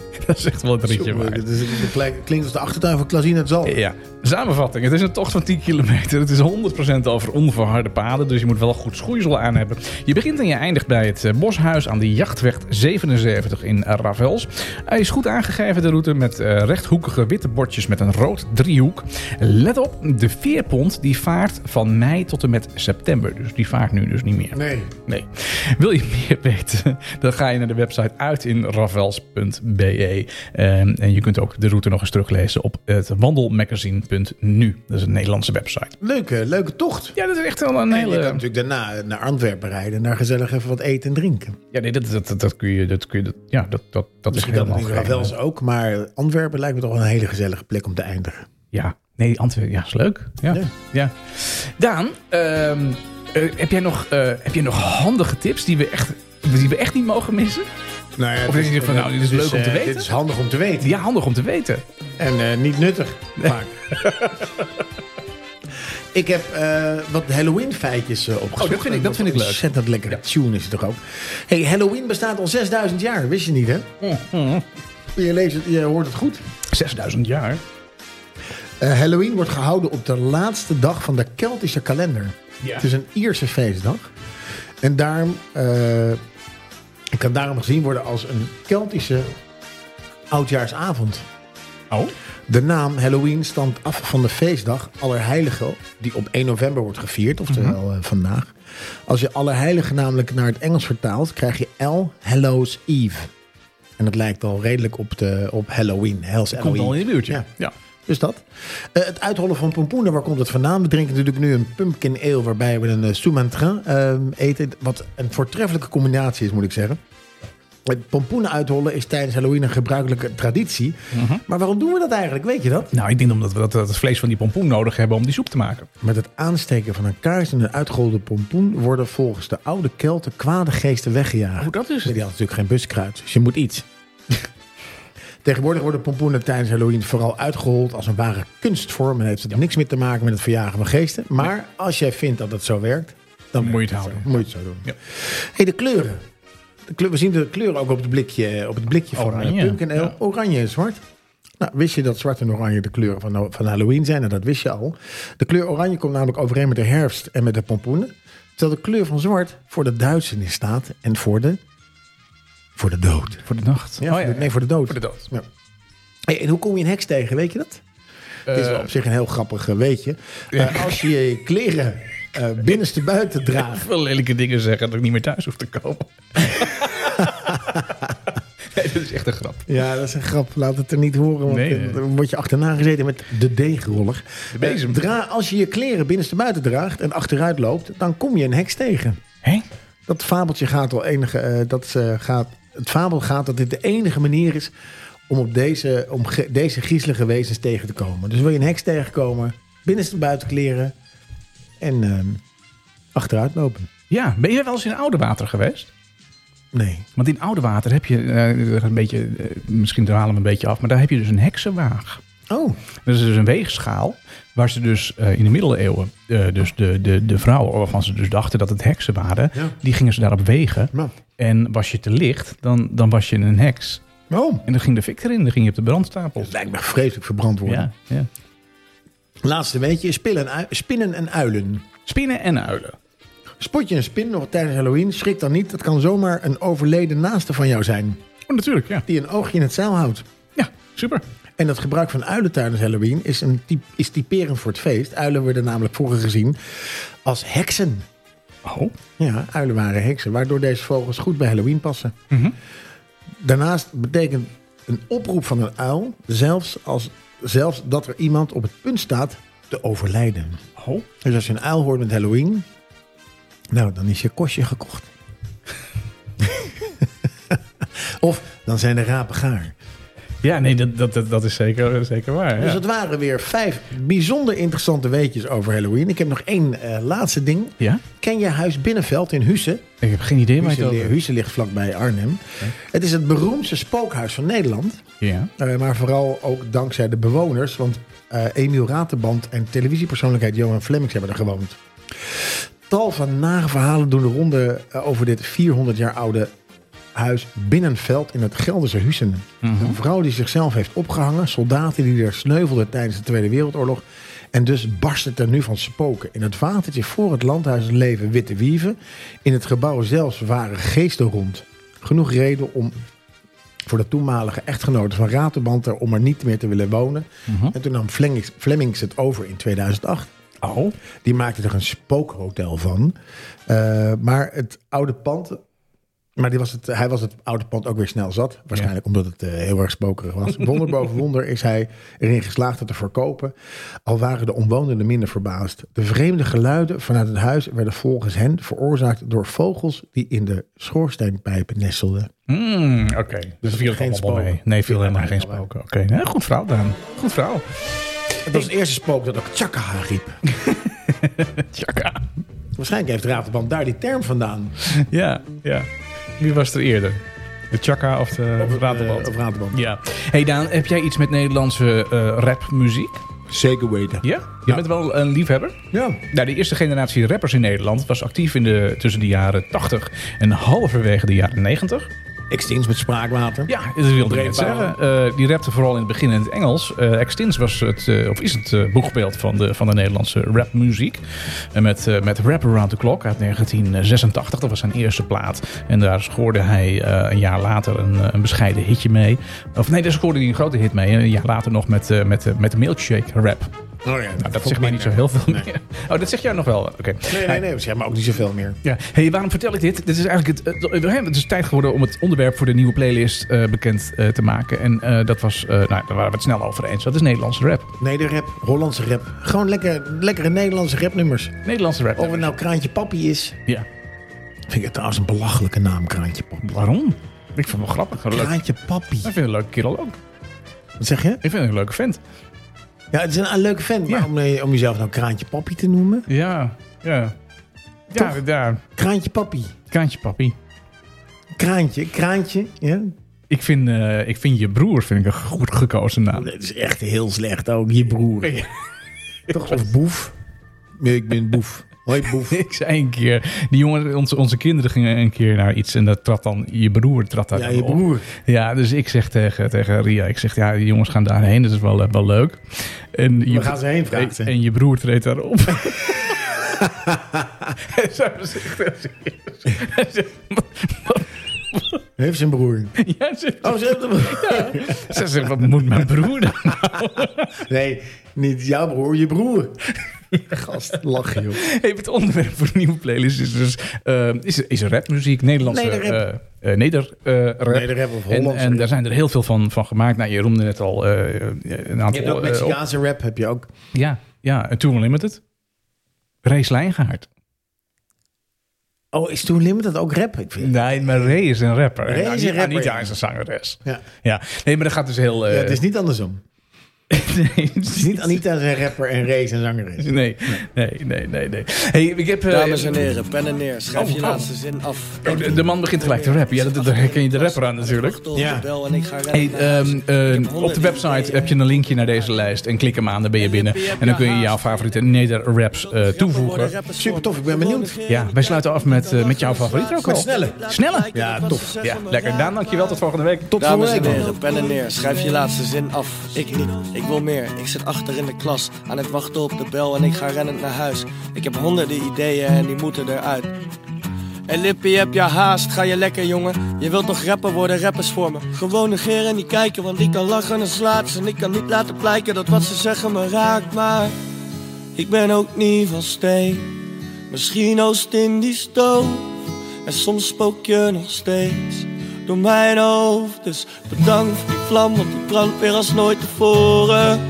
A: (laughs) dat is echt wel een ritje
B: Jongen,
A: waard.
B: dit is- dit klink- klinkt als de achtertuin van Klaasien het zal.
A: Ja, samenvatting. Het is een tocht van 10 kilometer. Het is 100% over onverharde paden, dus je moet wel goed schoeisel aan hebben. Je begint en je eindigt bij het eh, boshuis aan de Jachtweg 77 in eh, Ravels. Hij is goed aangegeven, de route, met eh, rechthoekige witte bordjes met een rood driehoek. Let op, de veerpont die vaart van mei tot en met september. Dus die vaart nu dus niet meer.
B: Nee.
A: (laughs) Nee. Wil je meer weten? Dan ga je naar de website uitinravels.be. idee. Ehm, en je kunt ook de route nog eens teruglezen op het wandelmagazine.nu. Dat is een Nederlandse website.
B: Leuke, leuke tocht.
A: Ja, dat is echt wel een
B: En je kan
A: hele...
B: natuurlijk daarna naar Antwerpen rijden. en Daar gezellig even wat eten en drinken.
A: Ja, nee, dat, dat, dat, dat kun je... Dat kun je dat, ja, dat, dat, dat is
B: Misschien dat
A: helemaal
B: in
A: geen...
B: Ravels ook. Maar Antwerpen lijkt me toch wel een hele gezellige plek om te eindigen.
A: Ja, nee, Antwerpen. Ja, is leuk. Ja. ja.
B: Ja.
A: Daan, ehm, eh, heb, jij nog, eh, heb jij nog handige tips die we echt, die we echt niet mogen missen?
B: Nou ja,
A: Of denk je van, nou, dit is leuk om te
B: eh,
A: weten?
B: Dit is handig om te weten.
A: Ja, handig om te weten.
B: En eh, niet nuttig vaak. (laughs) ik heb eh, wat Halloween feitjes eh, opgezocht.
A: Oh, dat vind ik- dat vind ik leuk.
B: Ontzettend lekkere tune is het toch ook. Hey, Halloween bestaat al 6000 jaar. Wist je niet, hè?
A: Mm,
B: Je, leest het, je hoort het goed.
A: 6000 jaar.
B: Eh, Halloween wordt gehouden op de laatste dag van de Keltische kalender.
A: Ja.
B: Het is een Ierse feestdag. En daarom eh, het kan daarom gezien worden als een Keltische oudjaarsavond.
A: Oh.
B: De naam Halloween stamt af van de feestdag Allerheiligen, die op 1 november wordt gevierd, oftewel
A: Mhm.
B: eh, vandaag. Als je Allerheiligen namelijk naar het Engels vertaalt, krijg je L Hallows Eve. En dat lijkt al redelijk op, de, op Halloween. Hell's
A: Komt
B: Halloween.
A: al in het buurtje.
B: Oh, Ja.
A: ja.
B: Dus dat. Eh, het uithollen van pompoenen, waar komt het vandaan? We drinken natuurlijk nu een pumpkin ale, waarbij we een uh, soumantrin ehm, eten. Wat een voortreffelijke combinatie is, moet ik zeggen. Het pompoenen uithollen is tijdens Halloween een gebruikelijke traditie.
A: Mhm.
B: Maar waarom doen we dat eigenlijk? Weet je dat?
A: Nou, ik denk omdat we dat, dat het vlees van die pompoen nodig hebben om die soep te maken.
B: Met het aansteken van een kaars en een uitgeholde pompoen worden volgens de oude Kelten kwade geesten weggejaagd.
A: Oh,
B: Hoe dat is Die hadden natuurlijk geen buskruid, dus je moet iets. (laughs) Tegenwoordig worden pompoenen tijdens Halloween vooral uitgehold als een ware kunstvorm. En heeft het niks meer te maken met het verjagen van geesten. Maar als jij vindt dat het zo werkt, dan
A: Moet je het
B: werkt
A: houden.
B: zo. Moet je het zo doen.
A: Ja.
B: Hey, de kleuren. De kleur, we zien de kleuren ook op het blikje, eh, op het blikje van
A: Oranje,
B: de pumpkin ale.
A: ja.
B: Oranje en zwart. Nou, wist je dat zwart en oranje de kleuren van, van Halloween zijn? En dat wist je al. De kleur oranje komt namelijk overeen met de herfst en met de pompoenen. Terwijl de kleur van zwart voor de duisternis staat en voor de, voor de dood.
A: Voor de nacht.
B: Ja, voor de- Nee, voor de dood.
A: Oh Voor de dood.
B: Ja. Hey, en hoe kom je een heks tegen, weet je dat? Het is wel op zich een heel grappig eh, weetje.
A: Eh, Ja.
B: Eh, als je je kleren eh binnenste buiten draagt...
A: veel lelijke dingen zeggen dat ik niet meer thuis hoef te (laughs) komen. nee, dat is echt een grap.
B: Ja, dat is een grap. Laat het er niet horen, want
A: Nee,
B: eh,
A: nee.
B: dan word je achterna gezeten met de deegroller.
A: De bezem.
B: Eh, Dra als je je kleren binnenstebuiten draagt en achteruit loopt, dan kom je een heks tegen.
A: Hé?
B: Dat fabeltje gaat al enige... eh, dat, eh, gaat, het fabel gaat dat dit de enige manier is om op deze, om ge- deze griezelige wezens tegen te komen. Dus wil je een heks tegenkomen, binnenstebuiten kleren en ehm, achteruit lopen.
A: Ja, ben je wel eens in Oudewater geweest?
B: Nee.
A: Want in Oudewater heb je, eh, een beetje, eh, misschien halen we hem een beetje af, maar daar heb je dus een heksenwaag.
B: Oh,
A: Dat is dus een weegschaal waar ze dus eh, in de middeleeuwen, eh, dus de, de, de vrouwen waarvan ze dus dachten dat het heksen waren,
B: Ja.
A: die gingen ze daarop wegen.
B: nou.
A: En was je te licht, dan, dan was je een heks.
B: Oh,
A: En dan ging de fik erin, dan ging je op de brandstapel.
B: dat lijkt me vreselijk verbrand worden.
A: Ja, ja.
B: Laatste weetje, spillen en ui- spinnen en uilen.
A: Spinnen en uilen.
B: Spot je een spin nog tijdens Halloween, schrik dan niet. Dat kan zomaar een overleden naaste van jou zijn.
A: Oh, natuurlijk, ja.
B: Die een oogje in het zeil houdt.
A: Ja, super.
B: En dat gebruik van uilen tijdens Halloween is, een typ, is typerend voor het feest. Uilen werden namelijk vroeger gezien als heksen.
A: Oh.
B: Ja, uilen waren heksen, waardoor deze vogels goed bij Halloween passen. Daarnaast betekent een oproep van een uil zelfs, als, zelfs dat er iemand op het punt staat te overlijden.
A: Oh.
B: Dus als je een uil hoort met Halloween, nou, dan is je kostje gekocht. (laughs) of dan zijn de rapen gaar.
A: Ja, nee, dat, dat, dat, dat is zeker, zeker waar.
B: Dus
A: ja.
B: dat waren weer vijf bijzonder interessante weetjes over Halloween. Ik heb nog één eh, laatste ding.
A: Ja?
B: Ken je Huis Binnenveld in Husse?
A: Ik heb geen idee waar je
B: Husse,
A: het
B: li-
A: over
B: Husse ligt vlakbij Arnhem. Het is het beroemdste spookhuis van Nederland.
A: Ja.
B: Eh, maar vooral ook dankzij de bewoners. Want eh Emiel Ratenband en televisiepersoonlijkheid Johan Flemings hebben er gewoond. Tal van nare verhalen doen de ronde eh, over dit 400 jaar oude huis Binnenveld in het Gelderse Hussen. Een vrouw die zichzelf heeft opgehangen, soldaten die er sneuvelden tijdens de Tweede Wereldoorlog. En dus barst het er nu van spoken. In het watertje voor het landhuis leven witte wieven. In het gebouw zelfs waren geesten rond. Genoeg reden om voor de toenmalige echtgenoten van Ratenband er om er niet meer te willen wonen. En toen nam Flemings, Flemings het over in 2008.
A: Oh.
B: Die maakte er een spookhotel van. Eh, maar het oude pand Maar die was het, hij was het oude pand ook weer snel zat. Waarschijnlijk omdat het eh, heel erg spokerig was. Wonder boven wonder is hij erin geslaagd het te verkopen. Al waren de omwonenden minder verbaasd. De vreemde geluiden vanuit het huis werden volgens hen veroorzaakt door vogels die in de schoorsteenpijpen nestelden.
A: Mm, Oké, dus er viel het
B: geen
A: allemaal wel
B: spook.
A: mee. Nee, viel
B: Viel
A: helemaal geen
B: helemaal wel
A: spoken. Oké, nee, goed verhaal, Daan. Goed verhaal.
B: Het was het eerste spook dat ook Chaka riep.
A: Tjaka.
B: Waarschijnlijk heeft Ravenband daar die term vandaan.
A: Ja, ja. Wie was er eerder? De Chaka of de
B: Eh,
A: Radelband?
B: Op Ravenband.
A: ja. Hey Daan, heb jij iets met Nederlandse eh, rapmuziek?
B: Zeker weten.
A: Ja? Je bent wel een liefhebber?
B: Ja.
A: Nou, de eerste generatie rappers in Nederland was actief in de, tussen de jaren 80 en halverwege de jaren 90.
B: Extins met spraakwater.
A: Ja, dat wilde ik net
B: Breedbouw.
A: zeggen. Eh, die rapte vooral in het begin in het Engels. Eh Extins was het, eh, of is het eh, boegbeeld van de, van de Nederlandse rapmuziek. En met, eh, met Rap Around the Clock uit 1986, dat was zijn eerste plaat. En daar scoorde hij eh, een jaar later een, eh, een bescheiden hitje mee. Of nee, daar scoorde hij een grote hit mee. En een jaar later nog met, eh, met, eh, met de Milkshake Rap.
B: Oh ja,
A: Nou, dat zegt mij niet zo heel veel meer. Oh, dat zegt jou nog wel. Oké.
B: Nee, nee, nee. Zeg maar ook niet zoveel meer.
A: Ja, hey, waarom vertel ik dit? Dit is eigenlijk het, het, het is tijd geworden om het onderwerp voor de nieuwe playlist eh, bekend eh, te maken. En eh, dat was, eh, nou, daar waren we het snel over eens. Dat is Nederlandse rap.
B: Nee, de rap. Hollandse rap. Gewoon lekker, lekkere Nederlandse rapnummers.
A: Nederlandse rap.
B: Of het nou Kraantje Papi is.
A: Ja.
B: Vind ik het trouwens een belachelijke naam, Kraantje Papi.
A: Waarom? Ik vond het wel grappig. Wel Leuk.
B: Kraantje Papi.
A: Ik vind het een leuke kerel ook.
B: Wat zeg je?
A: Ik vind het een leuke vent.
B: Ja, het is een, een leuke fan. Maar
A: Ja.
B: om, eh, om jezelf nou Kraantje Papi te noemen?
A: Ja, ja. Ja,
B: Toch?
A: daar.
B: Kraantje Papi.
A: Kraantje papi.
B: Kraantje, kraantje. Ja?
A: Ik vind, eh, ik vind je broer vind ik een goed gekozen naam.
B: Dat is echt heel slecht ook. Je broer. Toch? Of boef. Nee, ik ben boef. Hoi boef.
A: (laughs) Ik zei een keer, die jongen, onze, onze kinderen gingen een keer naar iets en dat trad dan, je broer trad daar
B: Ja,
A: dan
B: je
A: op.
B: broer.
A: Ja, dus ik zeg tegen, tegen Ria, ik zeg, ja, die jongens gaan daarheen, dat is wel, eh, wel leuk. En je,
B: Waar gaan ze heen, vraagt ze.
A: en, en je broer treedt
B: (laughs)
A: (laughs) daarop. Hij zou zich (laughs) heel serieus. Hij zegt, "Wat-
B: (laughs) Heeft zijn broer.
A: ja, ze-
B: Oh, ze heeft een broer. (laughs)
A: Ze zegt, wat moet mijn broer dan?
B: Nee, niet jouw broer, je broer. (laughs) Gast, lach joh.
A: Hey, het onderwerp voor de nieuwe playlist is dus eh, is, is rapmuziek, Nederlandse
B: Nederrap.
A: eh, eh, neder, eh, rap.
B: Nederrap of
A: En,
B: Hollandse
A: en
B: rap.
A: daar zijn er heel veel van, van gemaakt. Nou, je roemde net al eh, eh, een
B: Je
A: aantal.
B: hebt ook
A: eh, op.
B: Mexicaanse rap, heb je ook.
A: Ja, ja, en Tour Unlimited. Race Lijngaard.
B: Oh, is Toen Limited ook rap? Ik vind...
A: Nee, maar Ray is een rapper.
B: Ray is
A: Anita-
B: een rapper,
A: Anita
B: ja.
A: is een zangeres.
B: Ja.
A: Ja, nee, maar dat gaat dus heel... eh,
B: Ja, het is niet andersom.
A: (laughs) nee, het
B: (laughs) Het is niet Anita is een rapper en Ray is een zangeres.
A: Nee, nee, nee, nee. nee. Hey, ik heb... eh,
F: Dames en heren, pen en neer, schrijf
A: Oh,
F: je
A: oh.
F: laatste zin af.
A: oh, de- de man begint gelijk te rappen. Ja, dat- daar herken je de rapper aan natuurlijk.
B: Ja.
F: Ja. Bel en ik ga
A: Hey,
F: rijden naar huis.
A: ehm, eh, op de website heb je een linkje naar deze lijst. En klik hem aan, dan ben je binnen. En dan kun je jouw favoriete neder-raps eh, toevoegen.
B: Super tof, ik ben benieuwd.
A: Ja, wij sluiten af met, eh, met jouw favoriet ook al.
B: Met snelle.
A: Snelle?
B: Ja, tof.
A: Ja, lekker. Daan, dankjewel. Tot volgende week. Tot
F: Dames en heren, pen en neer, schrijf je laatste zin af. Ik niet, ik wil meer. Ik zit achter in de klas, aan het wachten op de bel en ik ga rennend naar huis. Ik heb honderden ideeën en die moeten eruit. En Lippie, heb je haast? Ga je lekker, jongen? Je wilt toch rapper worden, rappers voor me? Gewoon negeren en niet kijken, want ik kan lachen en slaats. En ik kan niet laten blijken dat wat ze zeggen me raakt, maar... Ik ben ook niet van steen, misschien oost in die stoof. En soms spook je nog steeds door mijn hoofd. Dus bedankt voor die vlam, want die brandt weer als nooit tevoren.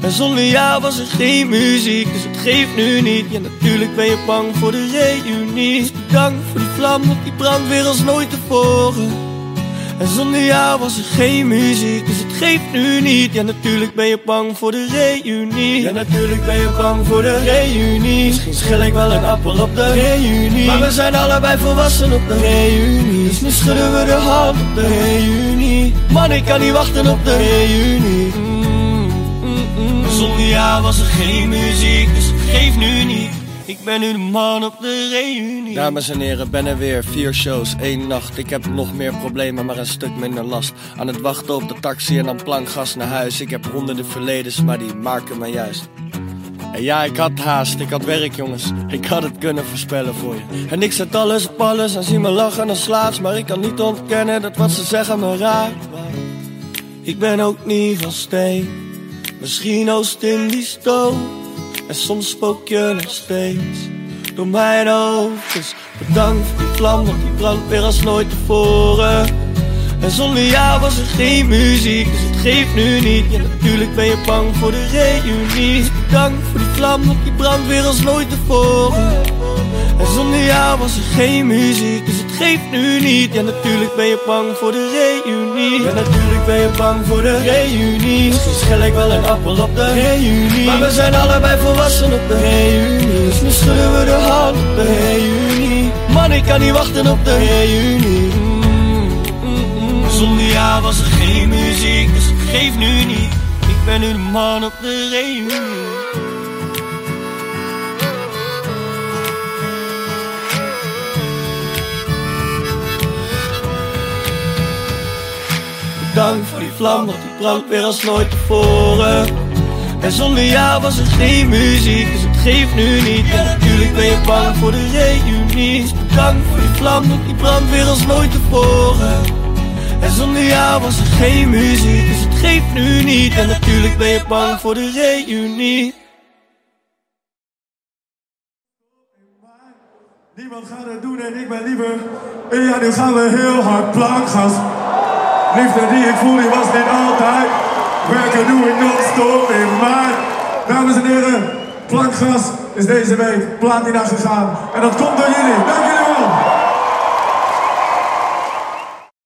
F: En zonder jou was er geen muziek, dus het geeft nu niet. Ja, natuurlijk ben je bang voor de reunie. Dus bedankt voor die vlam, want die brandt weer als nooit tevoren. En zonder jou was er geen muziek, dus het geeft nu niet. Ja, natuurlijk ben je bang voor de reunie. Ja, natuurlijk ben je bang voor de reunie. Misschien schil ik wel een appel op de reunie. Maar we zijn allebei volwassen op de reunie. Dus nu schudden we de hand op de reunie. Man, ik kan niet wachten op de reunie. Mm, mm, mm. Zonder jou was er geen muziek, dus het geeft nu niet. Ik ben nu de man op de reunie. Dames en heren, ben er weer. Vier shows, één nacht. Ik heb nog meer problemen, maar een stuk minder last. Aan het wachten op de taxi en dan plankgas naar huis. Ik heb honderden verledens, maar die maken me juist. En ja, ik had haast, ik had werk jongens. Ik had het kunnen voorspellen voor je. En ik zet alles op alles en zie me lachen en slaats. Maar ik kan niet ontkennen dat wat ze zeggen me raakt. Maar Ik ben ook niet van steen. Misschien oost in die stoof. En soms spook je nog steeds door mijn hoofd. Dus bedankt voor die vlam, want die brandt weer als nooit tevoren. En zonder jou was er geen muziek, dus het geeft nu niet. Ja, natuurlijk ben je bang voor de reunie. Dus bedankt voor die vlam, want die brandt weer als nooit tevoren. En zonder jou was er geen muziek, dus het geeft nu niet. Ja, natuurlijk ben je bang voor de reunie. Ja, natuurlijk ben je bang voor de reunie. Misschien schel ik wel een appel op de reunie. Maar we zijn allebei volwassen op de reunie. Dus nu schudden we de hand op de reunie. Man, ik kan niet wachten op de reunie. Mm, mm, mm. Zonder jou was er geen muziek, dus het geeft nu niet. Ik ben nu de man op de reunie. Dank voor die vlam, want die brandt weer als nooit tevoren. En zonder jou was er geen muziek, dus het geeft nu niet. En natuurlijk ben je bang voor de reunie. Dus bedankt voor die vlam, want die brandt weer als nooit tevoren. En zonder jou was er geen muziek, dus het geeft nu niet. En natuurlijk ben je bang voor de reunie.
G: Niemand gaat het doen en ik ben liever. En ja, nu gaan we heel hard plank, gast. Liefde die ik voel, die was niet altijd. Werken doe ik non-stop in maart. Dames en heren, plankgas is deze week platina gegaan. En dat komt door jullie. Dank